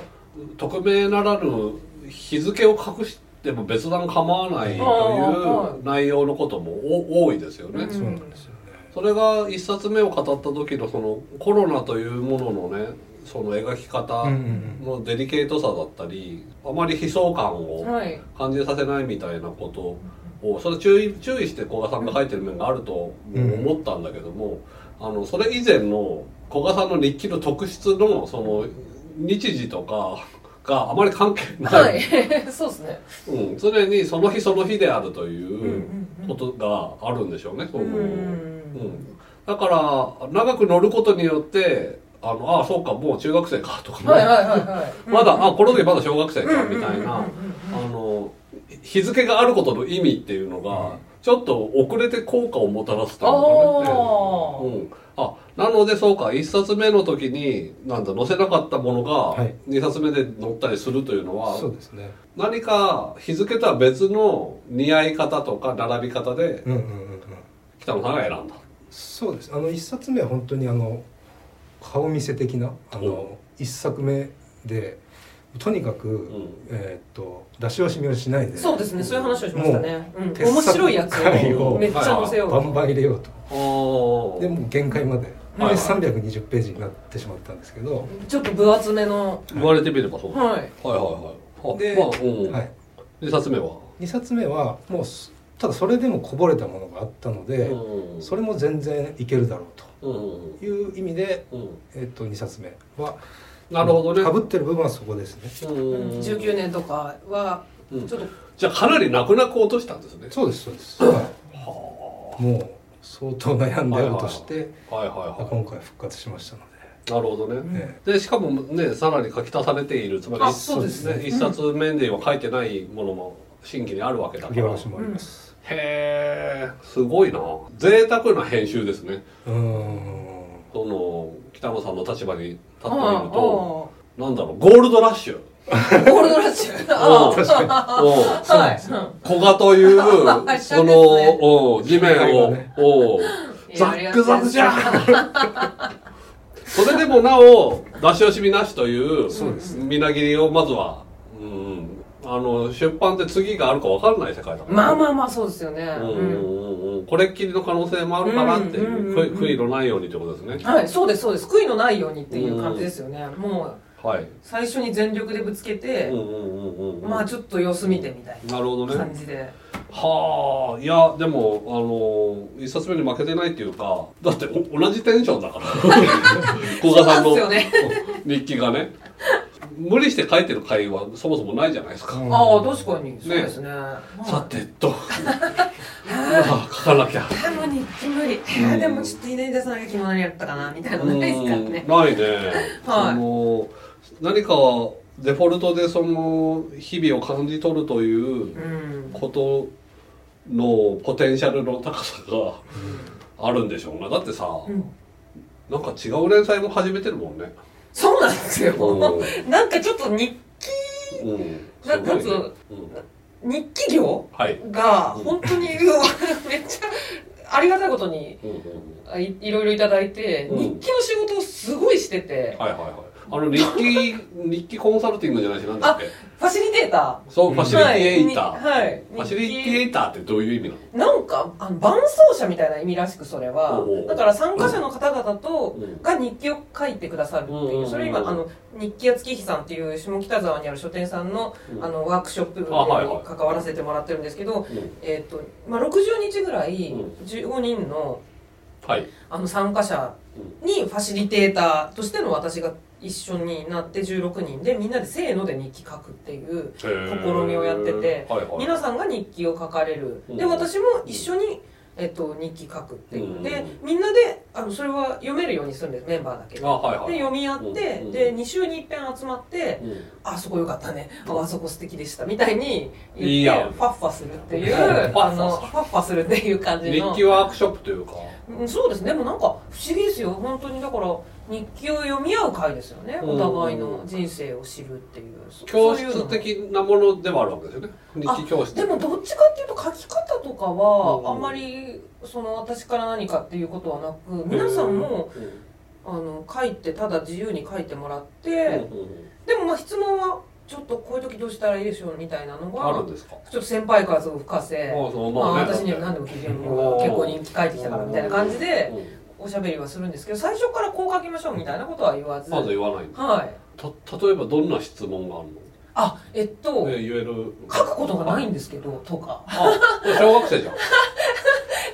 Speaker 3: 匿名ならぬ日付を隠しても別段構わない
Speaker 2: ああ
Speaker 3: という内容のこともお多いですよね、
Speaker 2: うん
Speaker 4: い、そうなんですよね。
Speaker 3: それが一冊目を語った時のそのコロナというもののねその描き方
Speaker 4: うんうんうん
Speaker 3: のデリケートさだったりあまり悲壮感を
Speaker 2: はい
Speaker 3: 感じさせないみたいなことをそれ注意注意して古賀さんが書いてる面があると
Speaker 4: うん
Speaker 3: 思ったんだけども、あのそれ以前の古賀さんの日記の特質のその日時とかがあまり関係ない、
Speaker 2: はい そうですね
Speaker 3: うん、常にその日その日であると
Speaker 2: うんう
Speaker 3: いうん
Speaker 2: うん
Speaker 3: ことがあるんでしょうね。その
Speaker 2: うん
Speaker 3: うん、だから長く乗ることによってあのあそうかもう中学生かとかね、
Speaker 2: はいはいはいはい
Speaker 3: まだあこの時まだ小学生かみたい
Speaker 2: うんうんうん
Speaker 3: な
Speaker 2: うん
Speaker 3: あの日付があることの意味っていうのがちょっと遅れて効果をもたらすと
Speaker 2: あ
Speaker 3: いうかね、うん、あなのでそうか1冊目の時になんだ載せなかったもの
Speaker 4: は
Speaker 3: が
Speaker 4: い
Speaker 3: 2冊目で載ったりするというのは、
Speaker 4: そうですね。
Speaker 3: 何か日付とは別の似合い方とか並び方で
Speaker 4: うんうんうんうん。
Speaker 3: 北野さんが選んだ。
Speaker 4: そうです。あの一冊目は本当にあの顔見せ的なあ
Speaker 3: お
Speaker 4: の一作目でとにかく、
Speaker 3: ん
Speaker 4: えーっと出し惜しみをしないで
Speaker 2: そうですねそういう話をしましたね、うん、
Speaker 4: 鉄柵
Speaker 2: 面白いやつ
Speaker 4: 回
Speaker 2: を
Speaker 4: を
Speaker 2: めっちゃ載せよう
Speaker 4: バンバン入れようと。で
Speaker 3: で
Speaker 4: もう限界ま
Speaker 3: はい
Speaker 4: で。で320ページになってしまったんですけど、
Speaker 2: ちょっと分厚めの
Speaker 3: 言われてみればそうだ、は
Speaker 2: は
Speaker 3: い、
Speaker 2: い
Speaker 3: はいはいはい
Speaker 4: で
Speaker 3: まあうん
Speaker 4: はい、
Speaker 3: 2冊目は
Speaker 4: 2冊目はもうすただそれでもこぼれたものがあったので、
Speaker 3: うん
Speaker 4: それも全然いけるだろう
Speaker 3: うんうん
Speaker 4: という意味で、
Speaker 3: うん
Speaker 4: えっと2冊目は
Speaker 3: なるほどね
Speaker 4: かぶってる部分はそこですね
Speaker 3: うん
Speaker 2: 19年とかはちょっと、
Speaker 3: じゃあかなり泣く泣く落としたんですね
Speaker 4: そうですそうです、はい、もう相当悩んで落として、
Speaker 3: はいはいはい
Speaker 4: 今回復活しましたので、
Speaker 3: なるほどね、
Speaker 4: ね
Speaker 3: でしかもねさらに書き足されているつまり
Speaker 2: あそうですね
Speaker 3: 一冊目では書いてないものも新規にあるわけだ
Speaker 4: 振
Speaker 3: か
Speaker 4: り
Speaker 3: ら
Speaker 4: 下ろしもあります
Speaker 3: へえすごいな贅沢な編集ですね
Speaker 4: うーん
Speaker 3: その北野さんの立場に立って
Speaker 2: あ
Speaker 3: み
Speaker 2: あ
Speaker 3: る
Speaker 2: ああ
Speaker 3: となんだろうゴールドラッシュ
Speaker 2: ゴールドラッシュ あ
Speaker 3: うんうん
Speaker 2: あはいうん
Speaker 3: 古賀という
Speaker 2: い
Speaker 3: その、 おう地面を、
Speaker 4: ね
Speaker 3: おう
Speaker 2: い
Speaker 3: ザ
Speaker 2: やあり
Speaker 3: ッ
Speaker 2: が
Speaker 3: ク
Speaker 2: とうございま
Speaker 3: ザク
Speaker 2: す
Speaker 3: じゃん それでもなお出し惜しみなしという
Speaker 4: そうです
Speaker 3: みなぎりをまずは、うん、あの出版って次があるか分かんない世界だから
Speaker 2: まあまあまあそうですよね、
Speaker 3: あうんう
Speaker 2: うん
Speaker 3: んうんうんこれっきりの可能性もあるかなっていう,、
Speaker 2: うんうんうんうん
Speaker 3: 悔いのないようにってことですね
Speaker 2: はいそうですそうです悔いのないようにっていう感じですよね、もう
Speaker 3: はい
Speaker 2: 最初に全力でぶつけ
Speaker 3: う
Speaker 2: て
Speaker 3: ん、うんうんうんうん
Speaker 2: まあちょっと様子見てみたい
Speaker 3: なるほど
Speaker 2: な感
Speaker 3: ね
Speaker 2: じで
Speaker 3: はあいやでもあの一冊目に負けてないっていうかだってお同じテンションだから 古賀さんの
Speaker 2: そうなんです
Speaker 3: 日記がね無理して書いてる会はそもそもないじゃないですか、
Speaker 2: ああ確かにそうですねまあ
Speaker 3: さてとああ書かなきゃ
Speaker 2: あもう日記無理、
Speaker 3: うん
Speaker 2: でもちょっと稲出さなきゃ着物にやったかなみたいな
Speaker 3: う
Speaker 2: の
Speaker 3: ん
Speaker 2: ないですから
Speaker 3: な
Speaker 2: ね
Speaker 3: いね。
Speaker 2: はい
Speaker 3: その何かデフォルトでその日々を感じ取るという
Speaker 2: うん
Speaker 3: ことのポテンシャルの高さがあるんでしょうな。だってさ、
Speaker 2: うん
Speaker 3: なんか違う連載も始めてるもんね。
Speaker 2: そうなんですよ、
Speaker 3: う
Speaker 2: なんかちょっと日
Speaker 3: うん。
Speaker 2: なんか
Speaker 3: すごいね
Speaker 2: その
Speaker 3: うん
Speaker 2: 日記業
Speaker 3: はい。
Speaker 2: が
Speaker 3: うん
Speaker 2: 本当に、うわ めっちゃありがたいことに
Speaker 3: うんうんうん
Speaker 2: あいいろいろいただいて、
Speaker 3: うん
Speaker 2: 日記の仕事をすごいしてて、
Speaker 3: はいはいはい。あの日記 日記コンサルティングじゃないしなんだっけ。
Speaker 2: ファシリテータ
Speaker 3: そうう、
Speaker 4: ん
Speaker 3: ファシリテーター。
Speaker 2: はいはい
Speaker 3: ファシリテーターってどういう意味なの？
Speaker 2: ーなんかあの伴走者みたいな意味らしくそれは
Speaker 3: おうおう
Speaker 2: だから参加者の方々と、
Speaker 3: うん
Speaker 2: が日記を書いてくださるって
Speaker 3: うんう
Speaker 2: い
Speaker 3: んうんう
Speaker 2: うんそれ今あの日記屋月日さんっていう下北沢にある書店さんの,、
Speaker 3: うん
Speaker 2: あのワークショップに
Speaker 3: あはいはい
Speaker 2: 関わらせてもらってるんですけど、
Speaker 3: うん
Speaker 2: えっとまあ、60日ぐらい
Speaker 3: うん
Speaker 2: 15人の
Speaker 3: はい。
Speaker 2: あの参加者にファシリテーターとしての私が一緒になって16人でみんなでせーので日記書くっていう
Speaker 3: 試
Speaker 2: みをやってて
Speaker 3: はいはい。
Speaker 2: 皆さんが日記を書かれるで
Speaker 3: うん
Speaker 2: 私も一緒に、えっと、日記書くっていうで
Speaker 3: う
Speaker 2: みんなであのそれは読めるようにするんですメンバーだけで
Speaker 3: あはいはい。
Speaker 2: 読み合って
Speaker 3: うん
Speaker 2: で2週に一遍集まって「あそこ良かったねああそこ素敵でした」みたいに
Speaker 3: いい
Speaker 2: 言っ
Speaker 3: や
Speaker 2: て
Speaker 3: ん
Speaker 2: ファッファするっていう
Speaker 3: ファッファ
Speaker 2: あのファッファするっていう感じの
Speaker 3: 日記ワークショップというか。
Speaker 2: うんそうですねでもなんか不思議ですよ本当にだから日記を読み合う会ですよね
Speaker 3: うん
Speaker 2: お互いの人生を知るっていうそ
Speaker 3: 教
Speaker 2: そういう
Speaker 3: 室
Speaker 2: の
Speaker 3: 的なものではあるわけですよね。日記教室。
Speaker 2: でもどっちかっていうと書き方とかは、
Speaker 3: うん
Speaker 2: あんまりその私から何かっていうことはなく皆さんも、
Speaker 3: うん
Speaker 2: あの書いてただ自由に書いてもらって、
Speaker 3: うんうん
Speaker 2: でもまあ質問はちょっとこういう時どうしたらいいでしょうみたいなの
Speaker 3: ある
Speaker 2: が
Speaker 3: んですか。
Speaker 2: ちょっと先輩風を吹かせ、
Speaker 3: あそう
Speaker 2: まあ、
Speaker 3: まあね
Speaker 2: 私には何でも聞いても結構人気書いてきたからみたいな感じで
Speaker 3: うん
Speaker 2: おしゃべりはするんですけど最初からこう書きましょうみたいなことは言わず、
Speaker 3: まず言わないの。
Speaker 2: はい
Speaker 3: た例えばどんな質問があるの？
Speaker 2: あえっと、
Speaker 3: え言える。
Speaker 2: 書くことがないんですけどとか
Speaker 3: あ。 小学生じゃん。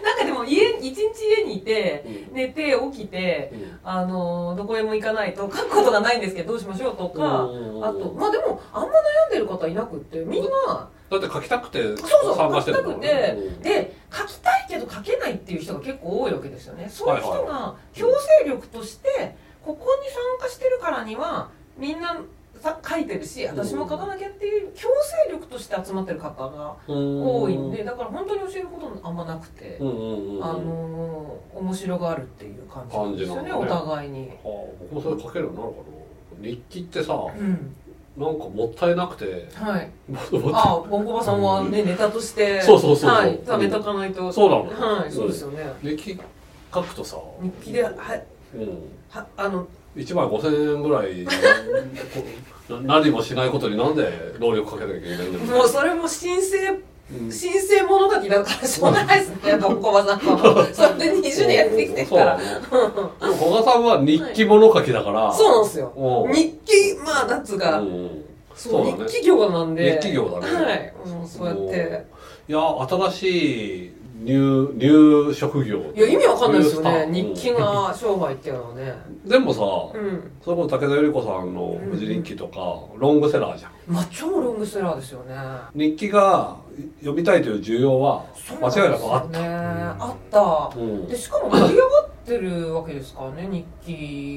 Speaker 2: なんかでも家一日家にいて
Speaker 3: うん
Speaker 2: 寝て起きてあのーどこへも行かないと書くことがないんですけどどうしましょうとか
Speaker 3: うん
Speaker 2: あとまあでもあんま悩んでる方いなくってみんな
Speaker 3: だって書きたくて
Speaker 2: そうそ
Speaker 3: 参
Speaker 2: う書
Speaker 3: 加して
Speaker 2: き
Speaker 3: る
Speaker 2: た
Speaker 3: んだも
Speaker 2: く
Speaker 3: ん
Speaker 2: て
Speaker 3: ね
Speaker 2: で書きたいけど書けないっていう人が結構多いわけですよねそういう人
Speaker 3: はい
Speaker 2: が強制力としてここに参加してるからにはみんなさ書いてるし私も書かなきゃっていう強制力として集まってる方が
Speaker 3: うん
Speaker 2: 多いんでだから本当に教えることあんまなくて
Speaker 3: う。んうんうんうん。
Speaker 2: あのー、面白があるっていう感じなんですよね
Speaker 3: 感じなん
Speaker 2: お
Speaker 3: だね
Speaker 2: 互いに、
Speaker 3: はあ僕もそれ書けるようになるかな。日記ってさ、
Speaker 2: うん、
Speaker 3: なんかもったいなくて、
Speaker 2: はい
Speaker 3: もっともっと
Speaker 2: ああボンコバさんはねネタとして
Speaker 3: そうそうそうそう
Speaker 2: はい、食べとかないと
Speaker 3: そうなの
Speaker 2: はいそうですよね、
Speaker 3: 日記書くとさ、
Speaker 2: 日記では
Speaker 3: うん、
Speaker 2: はあの
Speaker 3: 1枚5000円ぐらいこうな 何もしないことになんで労力かけなきゃいけないんだろ
Speaker 2: もうそれも申請
Speaker 3: うん
Speaker 2: 申請物書きだからしょうがないですねボンコバさんはそれで20年やってきてるから
Speaker 3: そうなのでも古賀さんは日記物書きだから、
Speaker 2: そうなんですよ
Speaker 3: うん
Speaker 2: 日記まあなんつうか、
Speaker 3: うんうん
Speaker 2: そう
Speaker 3: そうだね
Speaker 2: 日記業なんで
Speaker 3: 日記業だね
Speaker 2: はい、うん、そうやって
Speaker 3: いや新しい入入職業
Speaker 2: いや意味わかんないですよね
Speaker 3: ニュー
Speaker 2: 日
Speaker 3: スタ
Speaker 2: 記が商売っていうのはね
Speaker 3: ーでもさ、
Speaker 2: うん
Speaker 3: それこそ武田由里子さんの「富士日記」とか、ロングセラーじゃん
Speaker 2: まあ超ロングセラーですよね
Speaker 3: 日記が読みたいという需要は間違いなく
Speaker 2: そう
Speaker 3: あっ
Speaker 2: ですよねあった
Speaker 3: た、うん
Speaker 2: でしかも盛り上がってるわけですからね日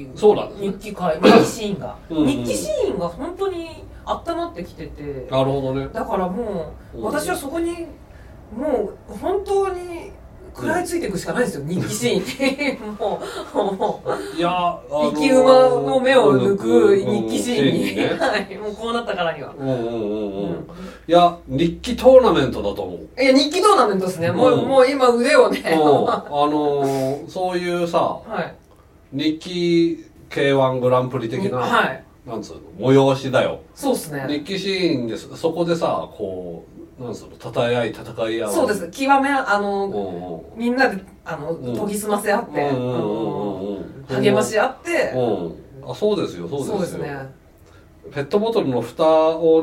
Speaker 2: 記
Speaker 3: そうなんですね
Speaker 2: 日記会日記シーンが
Speaker 3: うんうん
Speaker 2: 日記シーンが本当に温まってきてて
Speaker 3: なるほどね
Speaker 2: だからもう
Speaker 3: うん
Speaker 2: 私はそこにもう本当に食らいついていくしかないですよ、日記シーンにもうもう
Speaker 3: いやあの
Speaker 2: 生き馬の目を抜く日記シーン
Speaker 3: うん
Speaker 2: に、
Speaker 3: 日記ね
Speaker 2: はい、もうこうなったからには。
Speaker 3: うんうんうんうん、
Speaker 2: うん
Speaker 3: いや日記トーナメントだと思う
Speaker 2: いや、日記トーナメントですね。もう、
Speaker 3: うん
Speaker 2: もう今腕をね。
Speaker 3: うんあのーそういうさ
Speaker 2: はい。
Speaker 3: 日記 K1 グランプリ的な、
Speaker 2: はい。
Speaker 3: なんつうの催しだよ
Speaker 2: そうですね
Speaker 3: 日記シーンですそこでさこうなんつうの戦い合い戦い合う
Speaker 2: そうです極めあ
Speaker 3: うん
Speaker 2: の
Speaker 3: うん
Speaker 2: みんなであの
Speaker 3: うん
Speaker 2: 研ぎ澄ませ合っ
Speaker 3: う
Speaker 2: て、
Speaker 3: んうんうんうん
Speaker 2: 励まし合って、
Speaker 3: うんあそうですよそう
Speaker 2: そう
Speaker 3: で
Speaker 2: ですす
Speaker 3: よ
Speaker 2: ね
Speaker 3: ペットボトルの蓋を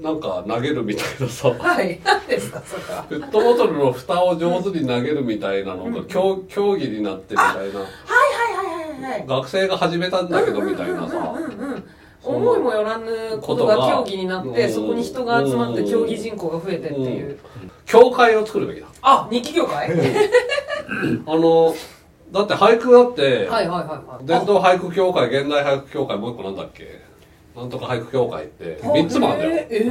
Speaker 3: なんか投げるみたい なさ
Speaker 2: はい何ですかそれは
Speaker 3: ペットボトルの蓋を上手に投げるみたいなのが競競技になってみたいな
Speaker 2: はいはいはいはいはい
Speaker 3: 学生が始めたんだけどみたいなさ
Speaker 2: うんうんうんうん思いもよらぬことが競技になっ
Speaker 3: ことが
Speaker 2: てそこに人が集まって競技人口が増えてっていう、
Speaker 3: うん教会を作るべきだ
Speaker 2: あ日記業界、はい
Speaker 3: あのだって俳句だって
Speaker 2: はいはいはい
Speaker 3: 伝統俳句協会現代俳句協会もう一個なんだっけなんとか俳句協会って3つもあるんだよ
Speaker 2: えー、え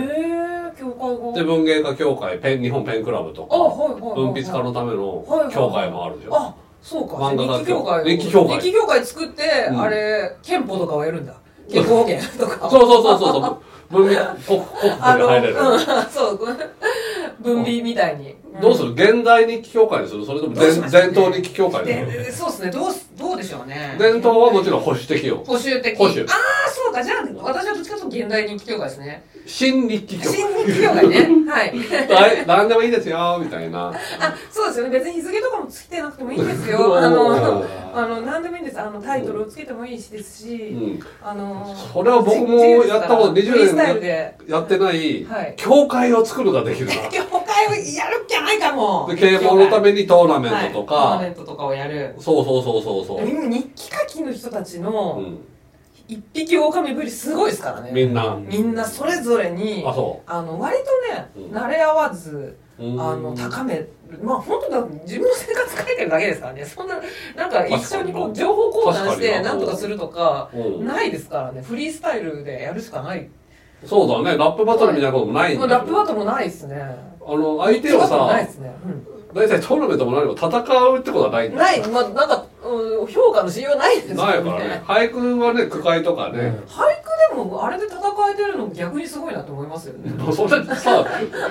Speaker 2: ー、教会
Speaker 3: で
Speaker 2: が
Speaker 3: 文芸家協会ペン日本ペンクラブとか
Speaker 2: あはいはいはいはい
Speaker 3: 文筆家のための
Speaker 2: はいはい
Speaker 3: 協会もあるじゃん、
Speaker 2: あそうか
Speaker 3: 漫画
Speaker 2: 日記業界を
Speaker 3: 日記協会
Speaker 2: 日記業界作って、
Speaker 3: うん
Speaker 2: あれ憲法とかはやるんだ健康保険と か
Speaker 3: そうそうそうそうそう文明国国
Speaker 2: あ
Speaker 3: 家に
Speaker 2: の、
Speaker 3: 入れる
Speaker 2: うん、そう、 分離みたいに。
Speaker 3: どうする現代日記協会にするそれとも
Speaker 2: どうし
Speaker 3: 伝
Speaker 2: ます
Speaker 3: 伝統日記協会にする
Speaker 2: でそうですね、どうす、どうでしょうね。
Speaker 3: 伝統はもちろん保守的よ
Speaker 2: 保守的。
Speaker 3: 保守
Speaker 2: ああ、そうか、じゃあ、私はどっちかというと現代日記協会ですね。
Speaker 3: 新日記協
Speaker 2: 新日記協会ね。はい。
Speaker 3: 会はい何でもいいですよみたいな
Speaker 2: あ、そうですよね。別に日付とかもつけてなくてもいいんです
Speaker 3: お
Speaker 2: よ。
Speaker 3: ー
Speaker 2: あの、あの、なんでもいいんです。あの、タイトルをつけてもいいしです
Speaker 3: う
Speaker 2: し、
Speaker 3: ん、
Speaker 2: あの、
Speaker 3: それは僕もやったこと20年
Speaker 2: フリースタイルで。
Speaker 3: やってない
Speaker 2: はい
Speaker 3: 協会を作る ができるな
Speaker 2: 教会をやるっきゃないかも。
Speaker 3: で啓蒙のためにトーナメ
Speaker 2: はい
Speaker 3: ントとか、
Speaker 2: トーナメントとかをやる。
Speaker 3: そうそうそうそうそう、
Speaker 2: 今日記書きの人たち
Speaker 3: う
Speaker 2: の
Speaker 3: ん、
Speaker 2: 一匹狼ぶりすごいですから
Speaker 3: み
Speaker 2: ね
Speaker 3: んな
Speaker 2: みんなそれぞれに
Speaker 3: あそ
Speaker 2: あの割とね
Speaker 3: うん
Speaker 2: 慣れ合わず
Speaker 3: う
Speaker 2: あ
Speaker 3: うん
Speaker 2: の高めるまあ本当だ自分の生活書いてるだけですからねそんななんか一緒にこ
Speaker 3: 確かに
Speaker 2: う
Speaker 3: な
Speaker 2: 情報交換し
Speaker 3: 確か
Speaker 2: て
Speaker 3: にな
Speaker 2: なんとかするとか
Speaker 3: うん
Speaker 2: ないですからねフリースタイルでやるしかない
Speaker 3: そうだねラップバトルみたいなこともないんだ
Speaker 2: まあ
Speaker 3: よ
Speaker 2: ラップバトルもないですね
Speaker 3: あの相手を
Speaker 2: ラップバトルもない
Speaker 3: さ
Speaker 2: ですね
Speaker 3: 大体トーナメントも何も戦うってことはない
Speaker 2: うんん
Speaker 3: だよ
Speaker 2: ないまあなんかうん評価のしようないですよ
Speaker 3: ないからね俳句はね句会とかね、
Speaker 2: 俳句でもあれで戦えてるの逆にすごいなと思いますよね。
Speaker 3: まあそれさ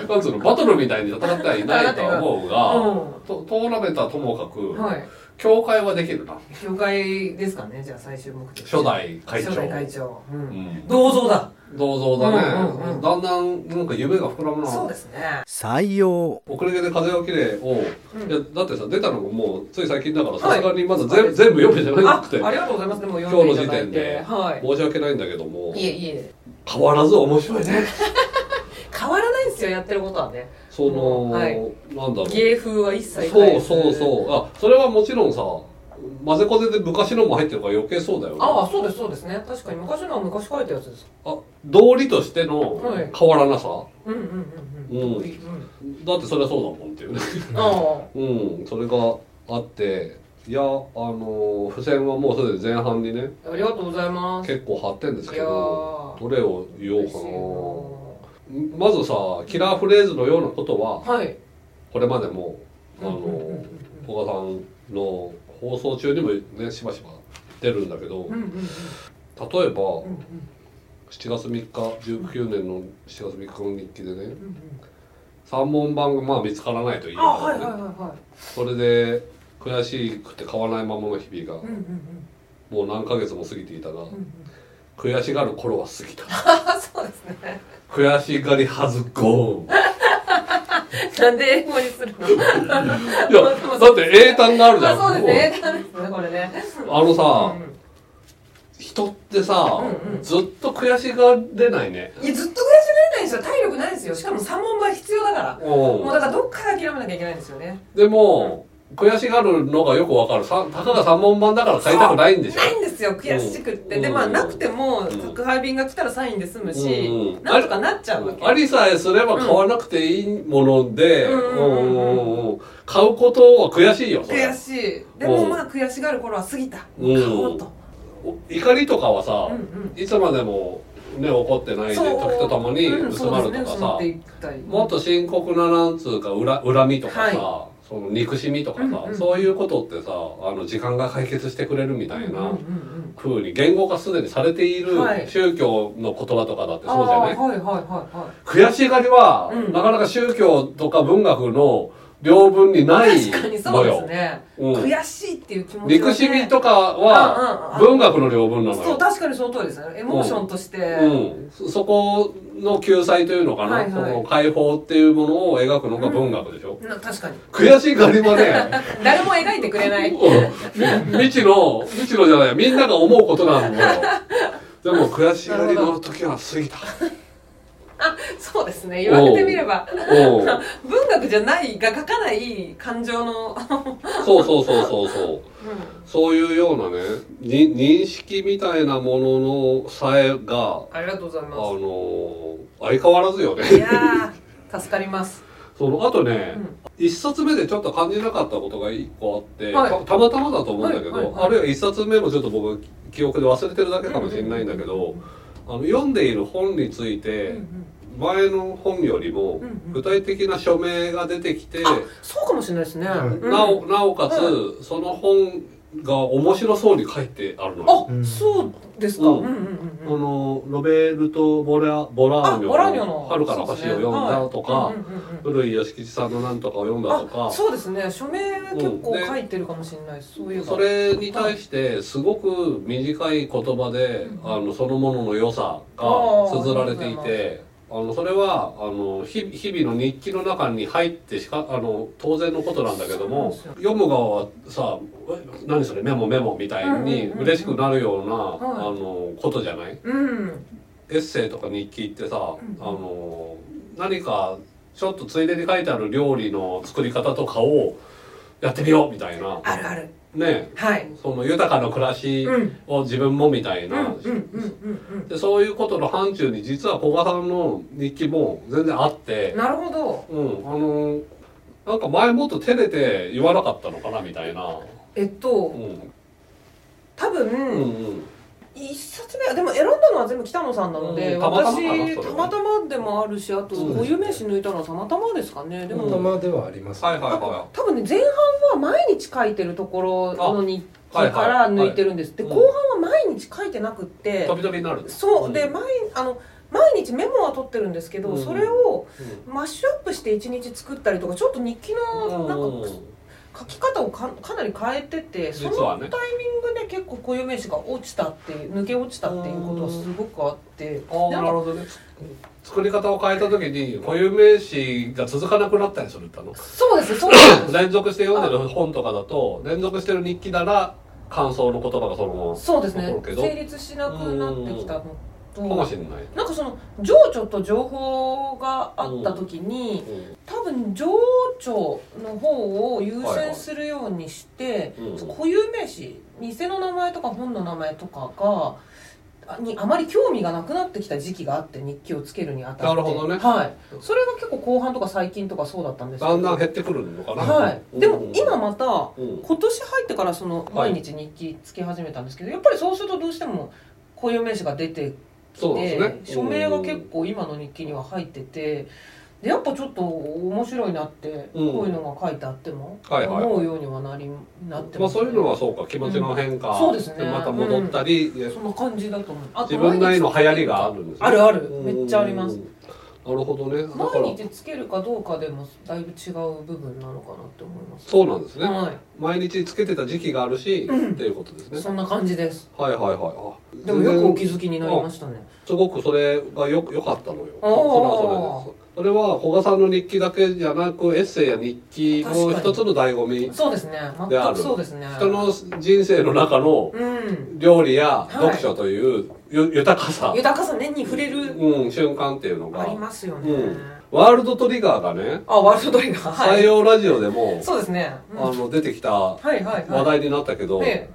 Speaker 3: なんつうのバトルみたいに戦ってはいないとは思うが、
Speaker 2: う
Speaker 3: とトーナメントはともかく、
Speaker 2: ん。はい。
Speaker 3: 協会はできるな
Speaker 2: 教会ですかね、じゃあ最終目的。
Speaker 3: 初代会長
Speaker 2: 初代会長。う。
Speaker 3: うんん、
Speaker 2: 銅像だ。
Speaker 3: 銅像だね、
Speaker 2: うんうんうん
Speaker 3: だんだんなんか夢が膨らむな
Speaker 2: そうですね。
Speaker 5: 採用
Speaker 3: 遅れ毛で風がきれいを、
Speaker 2: うん
Speaker 3: いやだってさ出たのがもうつい最近だからさ
Speaker 2: はい
Speaker 3: すがにまだ全,、全部読めてな
Speaker 2: あ、
Speaker 3: くて
Speaker 2: ありがとうございます。でも読んでいただい
Speaker 3: 今日の
Speaker 2: て。
Speaker 3: 時
Speaker 2: は
Speaker 3: 申し訳ないんだけども
Speaker 2: い。いえいえ。
Speaker 3: 変わらず面白いね
Speaker 2: 変わらないんですよ、やってることはね。
Speaker 3: その、
Speaker 2: はい
Speaker 3: なんだろう
Speaker 2: 芸風は一切
Speaker 3: そうそう
Speaker 2: う。
Speaker 3: そうあそれはもちろんさ混ぜこぜで昔のも入ってるから余計そうだよね
Speaker 2: ああ、そうです、そうですね。確かに昔のは昔書いたやつです。
Speaker 3: あ道理としての
Speaker 2: はい
Speaker 3: 変わらなさ、
Speaker 2: うんうんうんうん。う
Speaker 3: うん
Speaker 2: ん。
Speaker 3: だってそれはそうだもんっていうね
Speaker 2: あ
Speaker 3: うんそれがあっていやあの付箋はもうすでに前半にね
Speaker 2: あ、ありがとうございます。
Speaker 3: 結構貼ってんですけ
Speaker 2: いや
Speaker 3: ど
Speaker 2: ー
Speaker 3: どれを言おう
Speaker 2: 嬉しいな
Speaker 3: かなまずさキラーフレーズのようなことは
Speaker 2: はい。
Speaker 3: これまでもあ
Speaker 2: うんうんうんう
Speaker 3: の
Speaker 2: ん
Speaker 3: 古賀さんの放送中にもねしばしば出るんだけど
Speaker 2: うんうんうん
Speaker 3: 例えば
Speaker 2: うんうん
Speaker 3: 7月3日19年の7月3日の日記でね
Speaker 2: うんうん
Speaker 3: 3問版がまあ見つからないといい
Speaker 2: あ、
Speaker 3: なが
Speaker 2: は
Speaker 3: ら
Speaker 2: いはい
Speaker 3: ね
Speaker 2: はいは
Speaker 3: それで悔しくて買わないままの日々
Speaker 2: い。う
Speaker 3: が
Speaker 2: んうんうん
Speaker 3: もう何ヶ月も過ぎていたが
Speaker 2: うんう ん。
Speaker 3: 悔しがる頃は過ぎた
Speaker 2: あ、 そうですね。
Speaker 3: 悔しがりはず ゴーン
Speaker 2: なんで英語にするの。
Speaker 3: いやだって英単があるじゃ ん
Speaker 2: まあ、 そうですね。英単ですね、これね。
Speaker 3: あのさ
Speaker 2: うんう
Speaker 3: 人ってさ
Speaker 2: うんうん
Speaker 3: ずっと悔しがれないね
Speaker 2: んいや、ずっと暮らしられないんですよ。体力ないですよ。しかも三本倍必要だから。もうだから、どっから諦めなきゃいけないんですよね。
Speaker 3: でも悔しがるのがよくわかるさたかが3問版だから買いたくないんでしょ
Speaker 2: ないんですよ。悔しくって、
Speaker 3: うん
Speaker 2: で、まあ、なくても、
Speaker 3: ん
Speaker 2: 宅配便が来たらサインで済むし。
Speaker 3: うんうん
Speaker 2: なんとかなっちゃうわけ。
Speaker 3: ありさえすれば買わなくていいもので、
Speaker 2: うんうんうんうん
Speaker 3: うん買うことは悔しいよそれ
Speaker 2: 悔しい。でも、
Speaker 3: うん
Speaker 2: まあ、悔しがる頃は過ぎた。買
Speaker 3: うん
Speaker 2: おうと。
Speaker 3: 怒りとかはさ、
Speaker 2: うんうん。
Speaker 3: いつまでもね怒ってないで時
Speaker 2: そう
Speaker 3: とともに
Speaker 2: うん
Speaker 3: 薄まるとか
Speaker 2: そう、ですね
Speaker 3: さ
Speaker 2: 薄まっていったり
Speaker 3: もっと深刻ななんつうか恨恨みとかさ、
Speaker 2: は
Speaker 3: その憎しみとかさ、
Speaker 2: うんうん
Speaker 3: そういうことってさあの時間が解決してくれるみたい
Speaker 2: うんうん
Speaker 3: な
Speaker 2: うんうん
Speaker 3: 風に言語化すでにされている
Speaker 2: はい
Speaker 3: 宗教の言葉とかだってそうじゃない、
Speaker 2: あーはいはいはいはい。
Speaker 3: 悔しがりは、
Speaker 2: うん
Speaker 3: なかなか宗教とか文学の領分にない
Speaker 2: 確かにそ
Speaker 3: の
Speaker 2: うです
Speaker 3: よ。
Speaker 2: ね、
Speaker 3: うん
Speaker 2: 悔しいっていう気持ち、ね、
Speaker 3: 憎しみとか
Speaker 2: うんうん
Speaker 3: は
Speaker 2: うん
Speaker 3: 文学の領分なの
Speaker 2: そう
Speaker 3: よ。
Speaker 2: 確かにその通りですねエモーションとして、
Speaker 3: うん、そそこの救済というのかな、
Speaker 2: はいはい
Speaker 3: その解放っていうものを描くのが文学でしょ、
Speaker 2: な確かに
Speaker 3: 悔しがりはね
Speaker 2: 誰も描いてくれ ない
Speaker 3: うんみ未知の未知のじゃないみんなが思うことなのよでも悔しがりの時は過ぎた
Speaker 2: そうですね言われてみれば
Speaker 3: おう
Speaker 2: 文学じゃないが書かない感情の、
Speaker 3: そうそうそうそうそうそういうようなねに認識みたいなもののさえが
Speaker 2: ありがとうござい
Speaker 3: あ
Speaker 2: ま
Speaker 3: の相変わらずよ
Speaker 2: すい
Speaker 3: ね
Speaker 2: やー助かります、
Speaker 3: そのあと
Speaker 2: う
Speaker 3: ね、
Speaker 2: ん、
Speaker 3: 一冊目でちょっと感じなかったことが一個あって、
Speaker 2: はい
Speaker 3: たたまたまだと思うんだけど、
Speaker 2: はいはいはい
Speaker 3: あるいは一冊目もちょっと僕記憶で忘れてるだけかもしれないんだけど、あの読んでいる本について、
Speaker 2: うん
Speaker 3: 前の本よりも
Speaker 2: うんうん
Speaker 3: 具体的な署名が出てきて、
Speaker 2: あそうかもしれないですね、
Speaker 4: はい
Speaker 2: うん
Speaker 3: なおなおかつ、その本が面白そうに書いてあるのよ。
Speaker 2: あ、
Speaker 4: うん
Speaker 2: そうですか、
Speaker 3: うん
Speaker 2: うんうんう
Speaker 3: あ
Speaker 2: んうん
Speaker 3: のロベルト・ボラボラー
Speaker 2: あ、
Speaker 3: ニ
Speaker 2: ボラーニョ
Speaker 3: ョ
Speaker 2: の
Speaker 3: の「春から橋」を読んだとか、
Speaker 2: そうですねはいうんうんうんうん
Speaker 3: 古い吉吉さんの「なんとか」を読んだとか
Speaker 2: あ、そうですね。署名結構
Speaker 3: うんで
Speaker 2: 書いてるかもしれない。そういえば。
Speaker 3: それに対してすごく短い言葉で、
Speaker 2: うん
Speaker 3: あのそのものの良さが綴られていてあのそれはあの日日々の日記の中に入ってしかあの当然のことなんだけども
Speaker 2: そうなん
Speaker 3: 読む側はさ「え何それメモメモ」みたいに
Speaker 2: うんうんうん
Speaker 3: 嬉しくなるような、
Speaker 2: はい
Speaker 3: あのことじゃない
Speaker 2: うん。
Speaker 3: エッセイとか日記ってさ、
Speaker 2: うん
Speaker 3: あの何かちょっとついでに書いてある料理の作り方とかをやってみようみたいな。
Speaker 2: あるある。
Speaker 3: ね
Speaker 2: はい。
Speaker 3: その豊かな暮らし
Speaker 2: うん。うん
Speaker 3: を自分もみたい
Speaker 2: うんうん
Speaker 3: な、
Speaker 2: うん
Speaker 3: でそういうことの範疇に実は古賀さんの日記も全然あっ
Speaker 2: うん。
Speaker 3: て、
Speaker 2: なるほど。
Speaker 3: うん、あのなんか前もっと照れて言わなかったのかなみたいな、
Speaker 2: えっ
Speaker 3: う
Speaker 2: と、
Speaker 3: ん
Speaker 2: 多
Speaker 3: うん
Speaker 2: 分、
Speaker 3: うん、
Speaker 2: 一冊目は、でも選んだのは全部北野さんなので、
Speaker 3: うんたまたまかな
Speaker 2: 私、
Speaker 3: それ
Speaker 2: た
Speaker 3: は
Speaker 2: またまでもあるし、あと、
Speaker 3: そうですね
Speaker 2: ご有名詞抜いたのはたまたまですかね。で
Speaker 4: た
Speaker 2: も、
Speaker 4: またまではあります、
Speaker 3: はいはいは
Speaker 2: 多分ね、前半は毎日書いてるところの日記
Speaker 3: あはい
Speaker 2: か
Speaker 3: はい
Speaker 2: ら抜いてるんです。で、
Speaker 3: うん
Speaker 2: 後半は毎日書いてなくって、
Speaker 3: い飛び飛びになる
Speaker 2: そう、
Speaker 3: ん
Speaker 2: で毎あの毎日メモは取ってるんですけど、
Speaker 3: うん
Speaker 2: それを
Speaker 3: う
Speaker 2: マッシュアップして1日作ったりとかちょっと日記のなんか書き方をかかなり変えててそ
Speaker 3: 実
Speaker 2: の
Speaker 3: はね
Speaker 2: タイミングで結構固有名詞が落ちたっていう抜け落ちたっていうことはすごくあって
Speaker 3: あー
Speaker 2: でな
Speaker 3: なんる
Speaker 2: か
Speaker 3: ほどね作り方を変えた時に固有名詞が続かなくなったりするっての
Speaker 2: そうですそうです
Speaker 3: 連続して読んでる本とかだと連続してる日記なら感想の言葉がそのまま
Speaker 2: そうですね
Speaker 3: 残るけど
Speaker 2: 成立しなくなってきたの
Speaker 3: かも
Speaker 2: と。
Speaker 3: しれない。
Speaker 2: なんかその情緒と情報があった時に、多分情緒の方を優先するようにして、
Speaker 3: うん
Speaker 2: 固有名詞店の名前とか本の名前とかがあにあまり興味がなくなってきた時期があって日記をつけるにあたって
Speaker 3: なるほどね
Speaker 2: はい、それが結構後半とか最近とかそうだったんですけど
Speaker 3: だんだん減ってくるのかな。
Speaker 2: はい、でも
Speaker 3: うん
Speaker 2: 今また
Speaker 3: うん
Speaker 2: 今年入ってからその
Speaker 3: はい
Speaker 2: 毎日日記つけ始めたんですけど、やっぱりそうするとどうしても固有名詞が出て
Speaker 3: そうですね。
Speaker 2: 署名が結構今の日記には入っててでやっぱちょっと面白いなって、
Speaker 3: うん
Speaker 2: こういうのが書いてあっても
Speaker 3: はいはい
Speaker 2: 思うようにはなりなって
Speaker 3: ま
Speaker 2: ま
Speaker 3: あ
Speaker 2: す、
Speaker 3: そういうのはそうか気持ちの変化、
Speaker 2: うんそうですね
Speaker 3: また戻ったり、
Speaker 2: そんな感じだと思うあと
Speaker 3: 自分なりの流行りがあるんです、ね、
Speaker 2: あるある
Speaker 3: うん
Speaker 2: めっちゃあります
Speaker 3: なるほどねだから
Speaker 2: 毎日つけるかどうかでもだいぶ違う部分なのかなって思います
Speaker 3: そうなんですね、
Speaker 2: は
Speaker 3: 毎日つけてた時期があるし、
Speaker 2: うん
Speaker 3: っていうことです
Speaker 2: い
Speaker 3: ね
Speaker 2: そんな感じです
Speaker 3: はいはいはいあ
Speaker 2: でもよくお気
Speaker 3: 全然
Speaker 2: づきになりましたね
Speaker 3: すごくそれがよ良かったのよそ
Speaker 2: あ
Speaker 3: れ
Speaker 2: ー
Speaker 3: はそれですそれは古賀さんの日記だけじゃなくエッセイや日記の一つの醍醐味
Speaker 2: そうですね
Speaker 3: であ
Speaker 2: 全
Speaker 3: る
Speaker 2: くそうですね
Speaker 3: 人の人生の中の
Speaker 2: うん
Speaker 3: 料理や
Speaker 2: い
Speaker 3: 読書というゆ豊かさ、
Speaker 2: 豊かさねに触れる
Speaker 3: うん、瞬間っていうの
Speaker 2: あ
Speaker 3: が
Speaker 2: りますよね、
Speaker 3: うんワールドトリガーがね
Speaker 2: あワールドトリガーは
Speaker 3: 採
Speaker 2: い
Speaker 3: 用ラジオでも、
Speaker 2: そうですね、うん
Speaker 3: あの出てきた話
Speaker 2: はいはいはい
Speaker 3: 題になったけど、
Speaker 2: え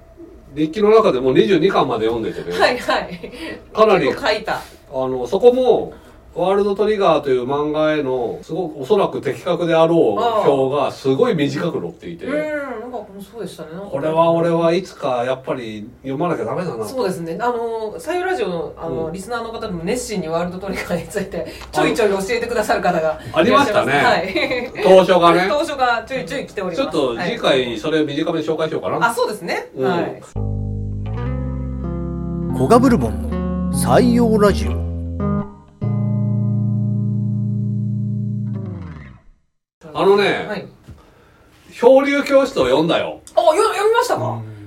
Speaker 3: 日記の中でもう22巻まで読んでて
Speaker 2: え
Speaker 3: ね、
Speaker 2: はいはい
Speaker 3: かなり
Speaker 2: 結構書いた
Speaker 3: あのそこも「ワールドトリガー」という漫画へのすごくおそらく的確であろ
Speaker 2: あ
Speaker 3: う
Speaker 2: あ
Speaker 3: 表がすごい短く載っていて、
Speaker 2: うんなんかそうでしたねなんか
Speaker 3: これは俺はいつかやっぱり読まなきゃダメだな
Speaker 2: そうですねあの採用ラジオのあの、
Speaker 3: うん
Speaker 2: リスナーの方でも熱心にワールドトリガーについてちょいちょい教えてくださる方が
Speaker 3: ありましたね
Speaker 2: いらっしゃいます
Speaker 3: 当初が
Speaker 2: はい
Speaker 3: ね
Speaker 2: 当初がちょいちょい来ており
Speaker 3: ち
Speaker 2: ま
Speaker 3: ょっ
Speaker 2: す
Speaker 3: と次回
Speaker 2: はい
Speaker 3: それ短めに紹介しようかな、
Speaker 2: あそうですね、
Speaker 3: うん
Speaker 2: はい
Speaker 5: コガブルボンの採用ラジオ
Speaker 3: あのね
Speaker 2: はい
Speaker 3: 漂流教室を読んだよ。
Speaker 2: あよ読みましたか、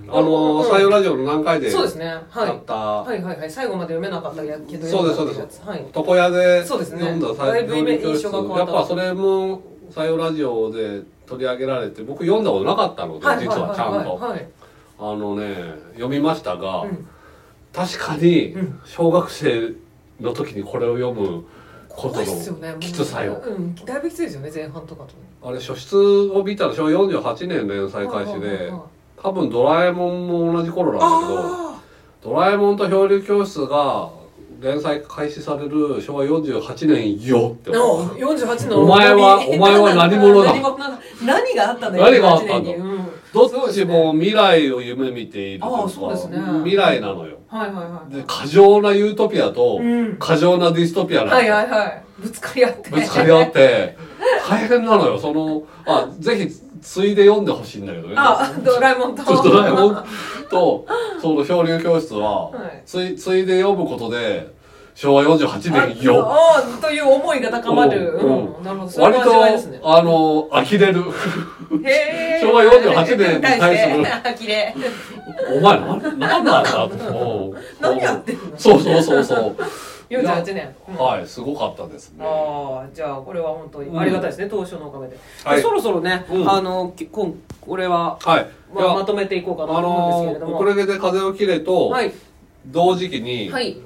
Speaker 3: あの、採用ラジオの何回で。
Speaker 2: そうですねはい
Speaker 3: あった
Speaker 2: はいはいはい最後まで読めなかったやけど
Speaker 3: そうです
Speaker 2: 読んだってやつはい
Speaker 3: 床屋で
Speaker 2: そうですね
Speaker 3: 読んだ
Speaker 2: だいぶ
Speaker 3: 漂流教
Speaker 2: 印
Speaker 3: 室
Speaker 2: 象が変わ
Speaker 3: や
Speaker 2: っ
Speaker 3: ったぱそれも採用ラジオで取り上げられて僕読んだことなかったので、
Speaker 2: はい
Speaker 3: 実はちゃんと、
Speaker 2: はいはいはい
Speaker 3: あのね読みましたが、
Speaker 2: はいうん
Speaker 3: 確かに
Speaker 2: うん
Speaker 3: 小学生の時にこれを読むこと
Speaker 2: 怖いっすよねも
Speaker 3: の
Speaker 2: う
Speaker 3: きつさよ、
Speaker 2: うんだいぶきついですよね前半とかと
Speaker 3: あれ初出を見たら昭和48年連載開始
Speaker 2: はいはいはい
Speaker 3: で
Speaker 2: はい
Speaker 3: 多分「ドラえもん」も同じ頃なんだ
Speaker 2: あ
Speaker 3: けど「ドラえもんと漂流教室」が連載開始される昭和48年よって
Speaker 2: あ
Speaker 3: 思った
Speaker 2: 48の
Speaker 3: お前はお前は何者だ
Speaker 2: 何何があったんだ
Speaker 3: 何があったんだ
Speaker 2: 48年にうん
Speaker 3: どっちも未来を夢見ているというか
Speaker 2: ああそうですね
Speaker 3: 未来なのよ。
Speaker 2: はいはいはい
Speaker 3: で、過剰なユートピアと
Speaker 2: うん、
Speaker 3: 過剰なディストピアなの
Speaker 2: はいはいはいぶつかり合って
Speaker 3: ぶつかり合って、大変なのよ。その、あ、ぜひ、ついで読んでほしいんだけどね。
Speaker 2: あドラえもんと
Speaker 3: ちょっとドラえもんと、その漂流教室は、
Speaker 2: はい
Speaker 3: つい、ついで読むことで、昭和48年よ。
Speaker 2: ああという思いが高まる、
Speaker 3: う
Speaker 2: うんんなるほどそれ
Speaker 3: 割
Speaker 2: が
Speaker 3: と、
Speaker 2: 味わいですね
Speaker 3: あの、呆れ る。
Speaker 2: へー
Speaker 3: 昭和48年に対する
Speaker 2: に対して呆れ
Speaker 3: お前、な、なんなんだって。うん
Speaker 2: 何やってんの
Speaker 3: そうそうそうそう。
Speaker 2: 48年、うん
Speaker 3: はい、すごかったですね。
Speaker 2: ああじゃあこれは本当
Speaker 3: う
Speaker 2: に
Speaker 3: ん
Speaker 2: ありがたいですね、当初のおかげで,で、
Speaker 3: はい
Speaker 2: そろそろね、
Speaker 3: うん
Speaker 2: あのきこんこれは、
Speaker 3: はい。い
Speaker 2: ま
Speaker 3: や
Speaker 2: あ、まとめていこうかな
Speaker 3: あ
Speaker 2: と思うん
Speaker 3: の
Speaker 2: ですけれど
Speaker 3: ー、
Speaker 2: も、
Speaker 3: 遅れ毛で風を切れと、
Speaker 2: はい
Speaker 3: 同時期に、
Speaker 2: はい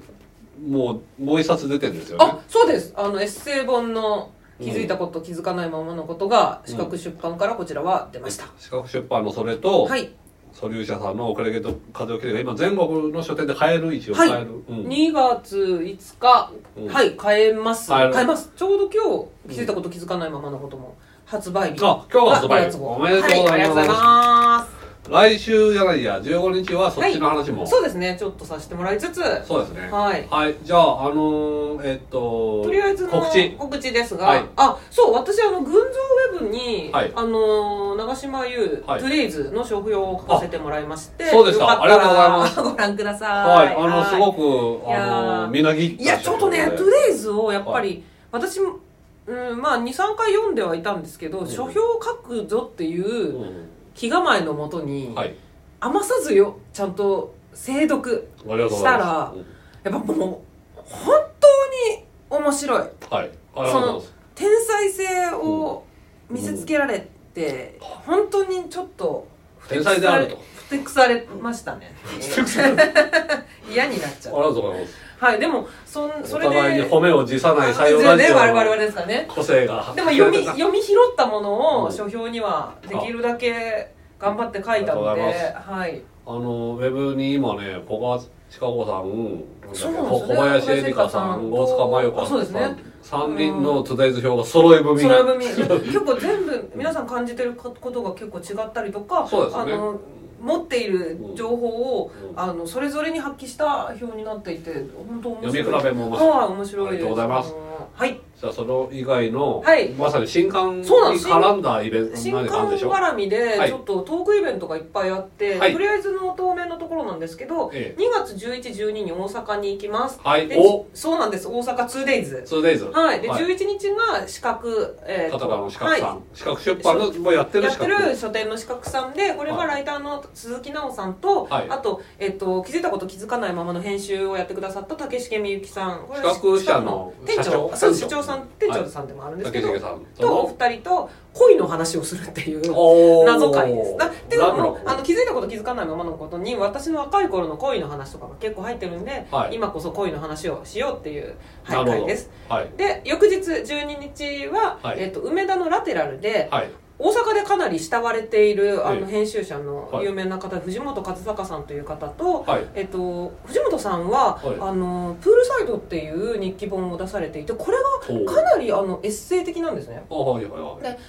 Speaker 3: もう、もう一冊出てるんですよね。
Speaker 2: あそうですあのエッセイ本の「気づいたこと、気づかないままのこと」が資格出版からこちらは出ました、
Speaker 3: 四角出版のそれと、
Speaker 2: はい、
Speaker 3: ソリューシャさんの遅れ毛と風を切れが今全国の書店で買える、一応
Speaker 2: は
Speaker 3: 買
Speaker 2: い
Speaker 3: える。うん
Speaker 2: 2月5日、
Speaker 3: うん
Speaker 2: はい買えます
Speaker 3: 買える
Speaker 2: 買えますちょうど今日気づいたこと気づかないままのことも発売日
Speaker 3: あ今日が発売日
Speaker 2: あ5
Speaker 3: おめでとうございます
Speaker 2: はありがとうございます
Speaker 3: 来週じゃないや、15日はそっちの話も。
Speaker 2: そうですねちょっとさせてもらいつつ
Speaker 3: そうですね。
Speaker 2: はい
Speaker 3: はい、じゃあ、あのー、えっと、
Speaker 2: とりあえずの
Speaker 3: 告知。
Speaker 2: ですが、
Speaker 3: はい
Speaker 2: あそう私あの群像ウェブに、
Speaker 3: はい
Speaker 2: あのー長島優、
Speaker 3: はい
Speaker 2: トゥデイズの商標を書かせてもらいまして
Speaker 3: あそうでした
Speaker 2: よかった
Speaker 3: ありがとうございます
Speaker 2: ら ご覧くださ
Speaker 3: はいい、あの、すごく、
Speaker 2: いやー
Speaker 3: あのー、みなぎった
Speaker 2: いやちょっとね
Speaker 3: 書
Speaker 2: ト
Speaker 3: で
Speaker 2: ゥデイズをやっぱり、私もうん、まあ23回読んではいたんですけど、書評を書くぞっていう気構えのもと
Speaker 3: う
Speaker 2: に、
Speaker 3: んはい、
Speaker 2: 余さずよちゃんと精読
Speaker 3: ありがとうございます。
Speaker 2: したら
Speaker 3: うん
Speaker 2: やっぱもう本当に面白い
Speaker 3: はい、ありがとうございます。
Speaker 2: 天才性を見せつけられて、本当にちょっと
Speaker 3: 天才であると。
Speaker 2: ふてくされましたね 嫌になっちゃう
Speaker 3: ありがとうございます。
Speaker 2: はいでもそんそ
Speaker 3: お
Speaker 2: れで
Speaker 3: 互いに褒めを辞さない採
Speaker 2: そうで
Speaker 3: 用
Speaker 2: すよ
Speaker 3: ラ
Speaker 2: ね
Speaker 3: ジオ
Speaker 2: 我々は
Speaker 3: の
Speaker 2: ですからね
Speaker 3: 個性が。
Speaker 2: でも読み
Speaker 3: あ
Speaker 2: 読み拾ったもの
Speaker 3: う
Speaker 2: を
Speaker 3: ん
Speaker 2: 書評にはできるだけ頑張って書いたの
Speaker 3: あり
Speaker 2: で
Speaker 3: がとうござい
Speaker 2: はい
Speaker 3: の、ウェブに今ね、古賀千香子さん、
Speaker 2: そうなんです
Speaker 3: 小
Speaker 2: ね
Speaker 3: 林恵梨香さん、大塚真由
Speaker 2: あそう
Speaker 3: 子
Speaker 2: です
Speaker 3: さ
Speaker 2: ね
Speaker 3: ん、三人のトゥデイズ表が揃い踏み
Speaker 2: それ
Speaker 3: な。
Speaker 2: 分結構全部皆さん感じてることが結構違ったりとか
Speaker 3: そうですね
Speaker 2: あの持っている情報を、
Speaker 3: うん
Speaker 2: あのそれぞれに発揮した表になっていて本当面白い
Speaker 3: 読み比べも
Speaker 2: 面
Speaker 3: 面白い
Speaker 2: 白い面白い
Speaker 3: ありがとうございます
Speaker 2: はい
Speaker 3: じゃあ、その以外の
Speaker 2: はい、
Speaker 3: まさに新刊に
Speaker 2: そうなんです
Speaker 3: 絡んだイベント、
Speaker 2: 新
Speaker 3: 何かあるん
Speaker 2: 刊
Speaker 3: でしょ
Speaker 2: 絡みで
Speaker 3: はい
Speaker 2: ちょっとトークイベントがいっぱいあって、
Speaker 3: はい
Speaker 2: とりあえずの当面のところなんですけど、
Speaker 3: え
Speaker 2: 2月11、12に大阪に行きます、
Speaker 3: はい
Speaker 2: で、
Speaker 3: お
Speaker 2: そうなんです大阪 2days
Speaker 3: トゥデイズ。
Speaker 2: はい、で、
Speaker 3: はい
Speaker 2: 11日が資格、え
Speaker 3: 片
Speaker 2: と
Speaker 3: 方の資格さ
Speaker 2: はい
Speaker 3: ん。資格出版の、もうやってる
Speaker 2: や
Speaker 3: 資
Speaker 2: って
Speaker 3: 格。
Speaker 2: る書店の資格さんでこれはライターの鈴木奈緒さんと、
Speaker 3: はい
Speaker 2: あと,、えっと気づいたこと気づかないままの編集をやってくださった竹重みゆきさんこれは
Speaker 3: 資格者の
Speaker 2: 資格の店長
Speaker 3: 社長
Speaker 2: そう社長さん
Speaker 3: はい
Speaker 2: 店長さんでもあるんですけど、
Speaker 3: 竹重さん。
Speaker 2: とお二人と恋の話をするっていう
Speaker 3: おー
Speaker 2: 謎解ですなっていうの
Speaker 3: ラブ
Speaker 2: も
Speaker 3: の
Speaker 2: あの気づいたこと気づかないままのことに私の若い頃の恋の話とかが結構入ってるんで、
Speaker 3: はい
Speaker 2: 今こそ恋の話をしようっていう、
Speaker 3: な
Speaker 2: はい、
Speaker 3: るほ
Speaker 2: 会
Speaker 3: ど
Speaker 2: です
Speaker 3: はい。
Speaker 2: で翌日12日は、
Speaker 3: はい
Speaker 2: えっと梅田のラテラルで、
Speaker 3: はい。
Speaker 2: 大阪でかなり慕われているあ
Speaker 3: え
Speaker 2: の
Speaker 3: え
Speaker 2: 編集者の
Speaker 3: はい
Speaker 2: 有名な方、藤本和孝さんという方と、
Speaker 3: はい。
Speaker 2: えっと、藤本さんは、
Speaker 3: はい
Speaker 2: あのプールサイドっていう日記本を出されていてこれ
Speaker 3: おー
Speaker 2: がかなりあのエッセイ的なんですね
Speaker 3: あ、はいはいはい。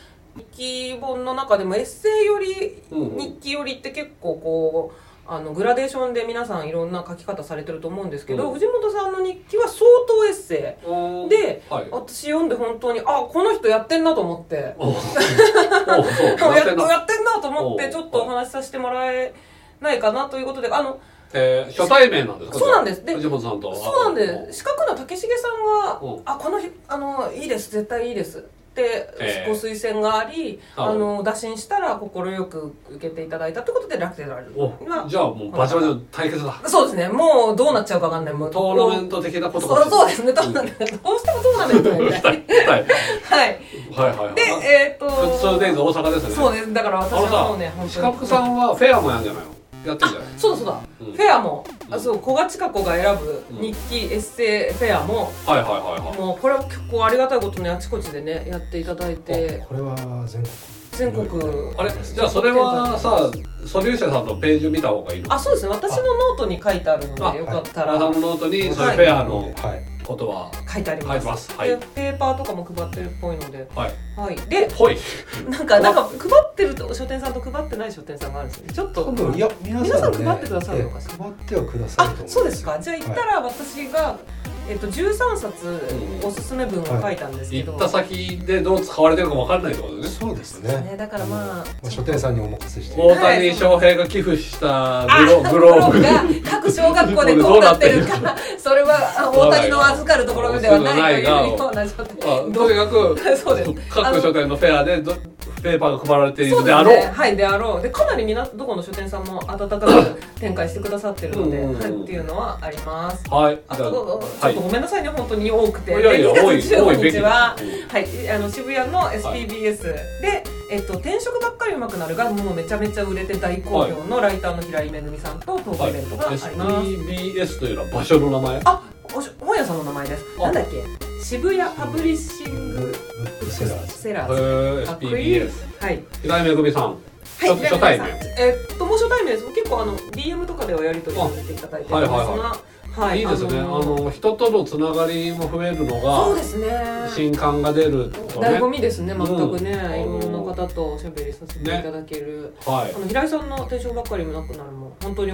Speaker 2: 日記本の中でもエッセイより
Speaker 3: うんうん
Speaker 2: 日記よりって結構こうあのグラデーションで皆さんいろんな書き方されてると思うんですけど、
Speaker 3: うん
Speaker 2: 藤本さんの日記は相当エッセイで
Speaker 3: はい。
Speaker 2: 私読んで本当にあこの人やってんなと思って。
Speaker 3: おおそう
Speaker 2: や
Speaker 3: や
Speaker 2: っ
Speaker 3: ってん
Speaker 2: と
Speaker 3: な
Speaker 2: やってんなと思っ
Speaker 3: お
Speaker 2: て
Speaker 3: う
Speaker 2: ちょっとお話しさせてもらえないかなということであの
Speaker 3: えー初対面なんですか
Speaker 2: そうなんですで
Speaker 3: 藤本さんと
Speaker 2: そうなん
Speaker 3: あ
Speaker 2: です四角の竹重さん
Speaker 3: おう
Speaker 2: が「あこの日あのいいです絶対いいです」っって
Speaker 3: ええ
Speaker 2: ご推薦があり、
Speaker 3: あ
Speaker 2: あの打診したら快く受けていただいたということでラクテラル
Speaker 3: お
Speaker 2: が
Speaker 3: じゃあもうバチバチの対決だ
Speaker 2: そうですねもうどうなっちゃうかわかんないもう
Speaker 3: トーナメント的なこと
Speaker 2: そうそうですねどうなんだどうしてもどうなんですよ ね
Speaker 3: はい
Speaker 2: はい
Speaker 3: はいはい
Speaker 2: で
Speaker 3: はい
Speaker 2: えっ、と
Speaker 3: フッツデイズ大阪ですね
Speaker 2: そうですだから私
Speaker 3: あの
Speaker 2: はもう
Speaker 3: さ、
Speaker 2: ね本
Speaker 3: 四
Speaker 2: 当
Speaker 3: 角
Speaker 2: に
Speaker 3: さんはフェアもやんじゃないのやってんじゃない
Speaker 2: そうだそうだ、
Speaker 3: うん
Speaker 2: フェアも、あ
Speaker 3: うん
Speaker 2: そう古賀千香子が選ぶ日記、エッセイフェアも
Speaker 3: はいはいはいは
Speaker 2: もうこれは結構ありがたいことにあちこちでねやっていただいて
Speaker 4: これは全
Speaker 2: 全
Speaker 4: 国
Speaker 2: 国
Speaker 3: いあれじゃあそれはさ素粒子さんのページ見た方がいいの
Speaker 2: あそうですね私のノートに書いてあるの
Speaker 3: あ
Speaker 2: でよかった
Speaker 3: 原
Speaker 2: ら
Speaker 3: さんのノートにそういうフェアの
Speaker 4: はい
Speaker 3: ことは
Speaker 2: 書いてあり
Speaker 3: 書い
Speaker 2: ま
Speaker 3: て
Speaker 2: す
Speaker 3: ますはい
Speaker 2: でペーパーとかも配ってるっぽいので
Speaker 3: はい
Speaker 2: はいで
Speaker 3: ほい
Speaker 2: なんかなんか配ってると書店さんと配ってない書店さんがあるんですよねちょっ
Speaker 4: 多
Speaker 2: と
Speaker 4: 分いや皆
Speaker 2: 皆さ
Speaker 4: さ
Speaker 2: ん
Speaker 4: んね
Speaker 2: 配ってくださるのかしら
Speaker 4: ええ配ってはくださる
Speaker 2: あ
Speaker 4: と思
Speaker 2: そうですかじゃあ行ったら私が、えっと、13冊おすすめ文を書いたんですけ
Speaker 3: 行
Speaker 2: ど、
Speaker 3: った先でどう使われてるかわかんないってことですね
Speaker 4: そうです
Speaker 2: ね
Speaker 4: ね
Speaker 2: だからまあ
Speaker 4: 書店さんにお任せして
Speaker 3: 大谷翔平が寄付した
Speaker 2: あ
Speaker 3: グログローブ
Speaker 2: が各小学校でどうなってるかそれは大谷の預かるところではないと いうような状
Speaker 3: あ
Speaker 2: 態
Speaker 3: とにかく
Speaker 2: そうです
Speaker 3: 各書店のフェアでどペーパーが配られてい
Speaker 2: そう
Speaker 3: る
Speaker 2: で
Speaker 3: ですあ
Speaker 2: ね
Speaker 3: ろう
Speaker 2: はいであろうでかなりみなどこの書店さんも温かく展開してくださってるので、
Speaker 3: うんうんうん
Speaker 2: はいっていうのはあります
Speaker 3: はい
Speaker 2: あ
Speaker 3: じゃあ
Speaker 2: と、
Speaker 3: は
Speaker 2: ちょっとごめんなさいね本当に多くて
Speaker 3: いやいや
Speaker 2: で
Speaker 3: 多い
Speaker 2: 2月
Speaker 3: 多い
Speaker 2: 15
Speaker 3: べき
Speaker 2: 日は
Speaker 3: です
Speaker 2: はい、あの渋谷の SPBS で、えっと「転職ばっかり上手くなる」がもうめちゃめちゃ売れて大好評のライターの平井めぐみさんとトークイベントがあります、
Speaker 3: SBS というのは場所の名前
Speaker 2: あおし本屋さんの名前です
Speaker 3: あ
Speaker 2: なんだっけ渋谷パブリッシング
Speaker 4: セラーズ
Speaker 2: セラーズ
Speaker 3: へえ
Speaker 2: かっこいい
Speaker 3: SBS
Speaker 2: はい
Speaker 3: 平井めぐみさん
Speaker 2: はい、
Speaker 3: 初初対面
Speaker 2: えっともう初対面です結構あの DM とかではやり取りさせていただいてるんですが
Speaker 3: あはいは
Speaker 2: はい
Speaker 3: いいですねあ
Speaker 2: のー
Speaker 3: の人とのつながりも増えるの
Speaker 2: そうで
Speaker 3: が
Speaker 2: すね
Speaker 3: 新刊が出ると
Speaker 2: 醍
Speaker 3: ね
Speaker 2: 醐味ですね全くね、
Speaker 3: うん
Speaker 2: いろんな方とおしゃべりさせていただける、
Speaker 3: は
Speaker 2: あの平井さんの「転職ばっかりもなくなる」も本当に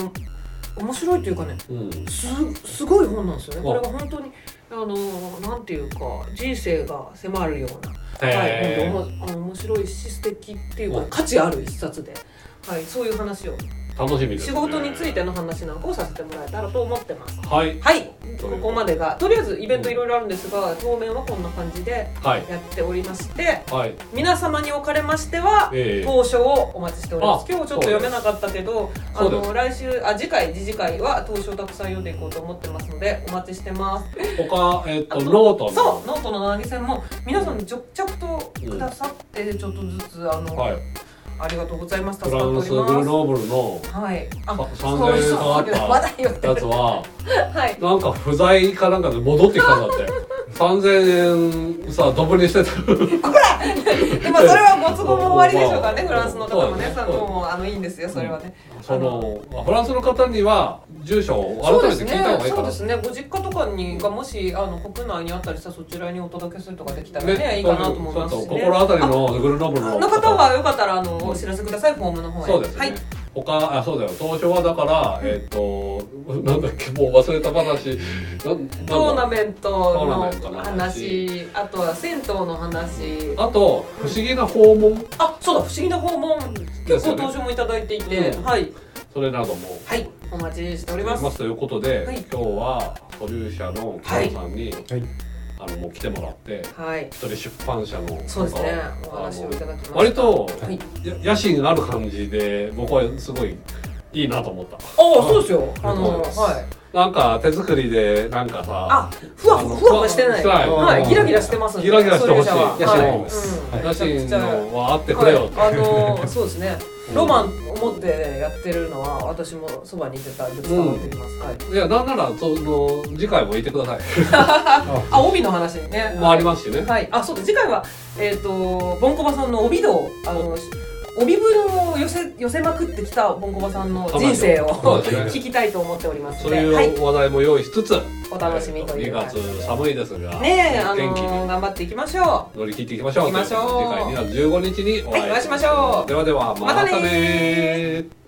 Speaker 2: 面白いというかね
Speaker 3: いうん
Speaker 2: すすごい本なんですよね
Speaker 3: あ
Speaker 2: これが本当にあのなんていうか人生が迫るようなはい、
Speaker 3: へ
Speaker 2: 本
Speaker 3: ー
Speaker 2: 当おもあの面白いし素敵っていうか
Speaker 3: お
Speaker 2: 価値ある一冊で、はい、そういう話を
Speaker 3: 楽しみです
Speaker 2: 仕
Speaker 3: ね
Speaker 2: 事についての話なんかをさせてもらえたらと思ってます
Speaker 3: はい
Speaker 2: はいここまでがとりあえずイベントいろいろあるんですが当面はこんな感じで
Speaker 3: はい
Speaker 2: やっておりまして
Speaker 3: はい
Speaker 2: 皆様におかれましては、
Speaker 3: ええ
Speaker 2: 当初をお待ちしております
Speaker 3: あ
Speaker 2: 今日ちょっと読めなかったけどあ
Speaker 3: そうです
Speaker 2: の来週あ次回次次回は当初をたくさん読んでいこうと思ってますのでお待ちしてます
Speaker 3: 他えっ
Speaker 2: あ
Speaker 3: と
Speaker 2: と
Speaker 3: ノートの
Speaker 2: そうノートの投げ銭も皆さんに着々とくださってちょっとずつあの、
Speaker 3: はい
Speaker 2: ありがとうございます助
Speaker 3: フ
Speaker 2: かって
Speaker 3: ラン
Speaker 2: お
Speaker 3: ス
Speaker 2: り
Speaker 3: グル
Speaker 2: ます
Speaker 3: ノーブルの
Speaker 2: はいあ
Speaker 3: さ
Speaker 2: そう
Speaker 3: 3000
Speaker 2: そ
Speaker 3: 円
Speaker 2: う
Speaker 3: か
Speaker 2: ま
Speaker 3: か
Speaker 2: だ言って
Speaker 3: ったやつは
Speaker 2: はい
Speaker 3: なんか不在かなんかで戻ってきたんだって3000円さドブにしてた
Speaker 2: でもそれはご都合も終わりでしょうからね
Speaker 3: うん
Speaker 2: フランスの方もね
Speaker 3: そう
Speaker 2: さもうあのいいんですよそれはね
Speaker 3: そのまあフランスの方には住所を改めて聞いた方がいい
Speaker 2: そ
Speaker 3: か
Speaker 2: う
Speaker 3: な
Speaker 2: ですねご実家とかにがもしあの国内にあったりしたらそちらにお届けするとかできたらねいいかなと思いますし
Speaker 3: そうそう
Speaker 2: ね
Speaker 3: 心当たりのグルノブルの
Speaker 2: の方はよかったらあのお知らせくださいフォームの方へ
Speaker 3: そうですね、
Speaker 2: はい
Speaker 3: 他あそうだよ東証はだから、えっ、となんだっけもう忘れた話なんなんだ
Speaker 2: トーナメントの
Speaker 3: トーナメントの
Speaker 2: 話
Speaker 3: 話
Speaker 2: あとは銭湯の話
Speaker 3: あと不思議な訪問
Speaker 2: あそうだ不思議な訪問
Speaker 3: で
Speaker 2: 結
Speaker 3: すよ
Speaker 2: 構
Speaker 3: ね
Speaker 2: 当初もいただいていて
Speaker 3: うん
Speaker 2: はい
Speaker 3: それなども
Speaker 2: はいお待ちしてお
Speaker 3: あ
Speaker 2: ります
Speaker 3: ということで、
Speaker 2: はい
Speaker 3: 今日はソリュー社の木野さんに、
Speaker 4: はい
Speaker 3: あのもう来てもらって
Speaker 2: はい
Speaker 3: 一人出版社の
Speaker 2: そうですね
Speaker 3: なんか
Speaker 2: お話をいただきました
Speaker 3: あの割と、
Speaker 2: はい
Speaker 3: や野心ある感じで僕はすごいいいなと思った
Speaker 2: ああそうですよあの
Speaker 3: そうです
Speaker 2: はい
Speaker 3: なんか手作りでなんかさ
Speaker 2: あふわふわふわふわしてない
Speaker 3: してない
Speaker 2: はいギラギラしてますんで
Speaker 3: ギラギラしてほしい
Speaker 2: ソリューション
Speaker 4: いや
Speaker 2: は
Speaker 4: してます
Speaker 2: はいうん
Speaker 3: 野心
Speaker 2: はい
Speaker 3: のはあってくれよって、
Speaker 2: あのーそうですね
Speaker 3: うん
Speaker 2: ロマンを持ってやってるのは私もそばにいてたんで伝わってきますはい
Speaker 3: い、やなんならその次回もいてください
Speaker 2: あ帯の話にね
Speaker 3: もありますしね
Speaker 2: はい、あそうだ次回は、えー、とボンコバさんの帯道あの帯分を寄せ寄せまくってきたボンコバさんの人生を
Speaker 3: そうですね
Speaker 2: 聞きたいと思っておりますの
Speaker 3: そう
Speaker 2: で、
Speaker 3: い
Speaker 2: はい、
Speaker 3: う話題も用意しつつ、
Speaker 2: お楽しみという
Speaker 3: 2
Speaker 2: 感じ
Speaker 3: 月
Speaker 2: で
Speaker 3: 寒いですが、
Speaker 2: ねえ、あ
Speaker 3: 元気
Speaker 2: の
Speaker 3: に
Speaker 2: 頑張っていきましょ
Speaker 3: 乗り切っていきましょう
Speaker 2: 行きましょう
Speaker 3: ということで次回2月15日にお会い,、
Speaker 2: はいお会いしましょう
Speaker 3: ではでは
Speaker 2: またねー
Speaker 3: ねー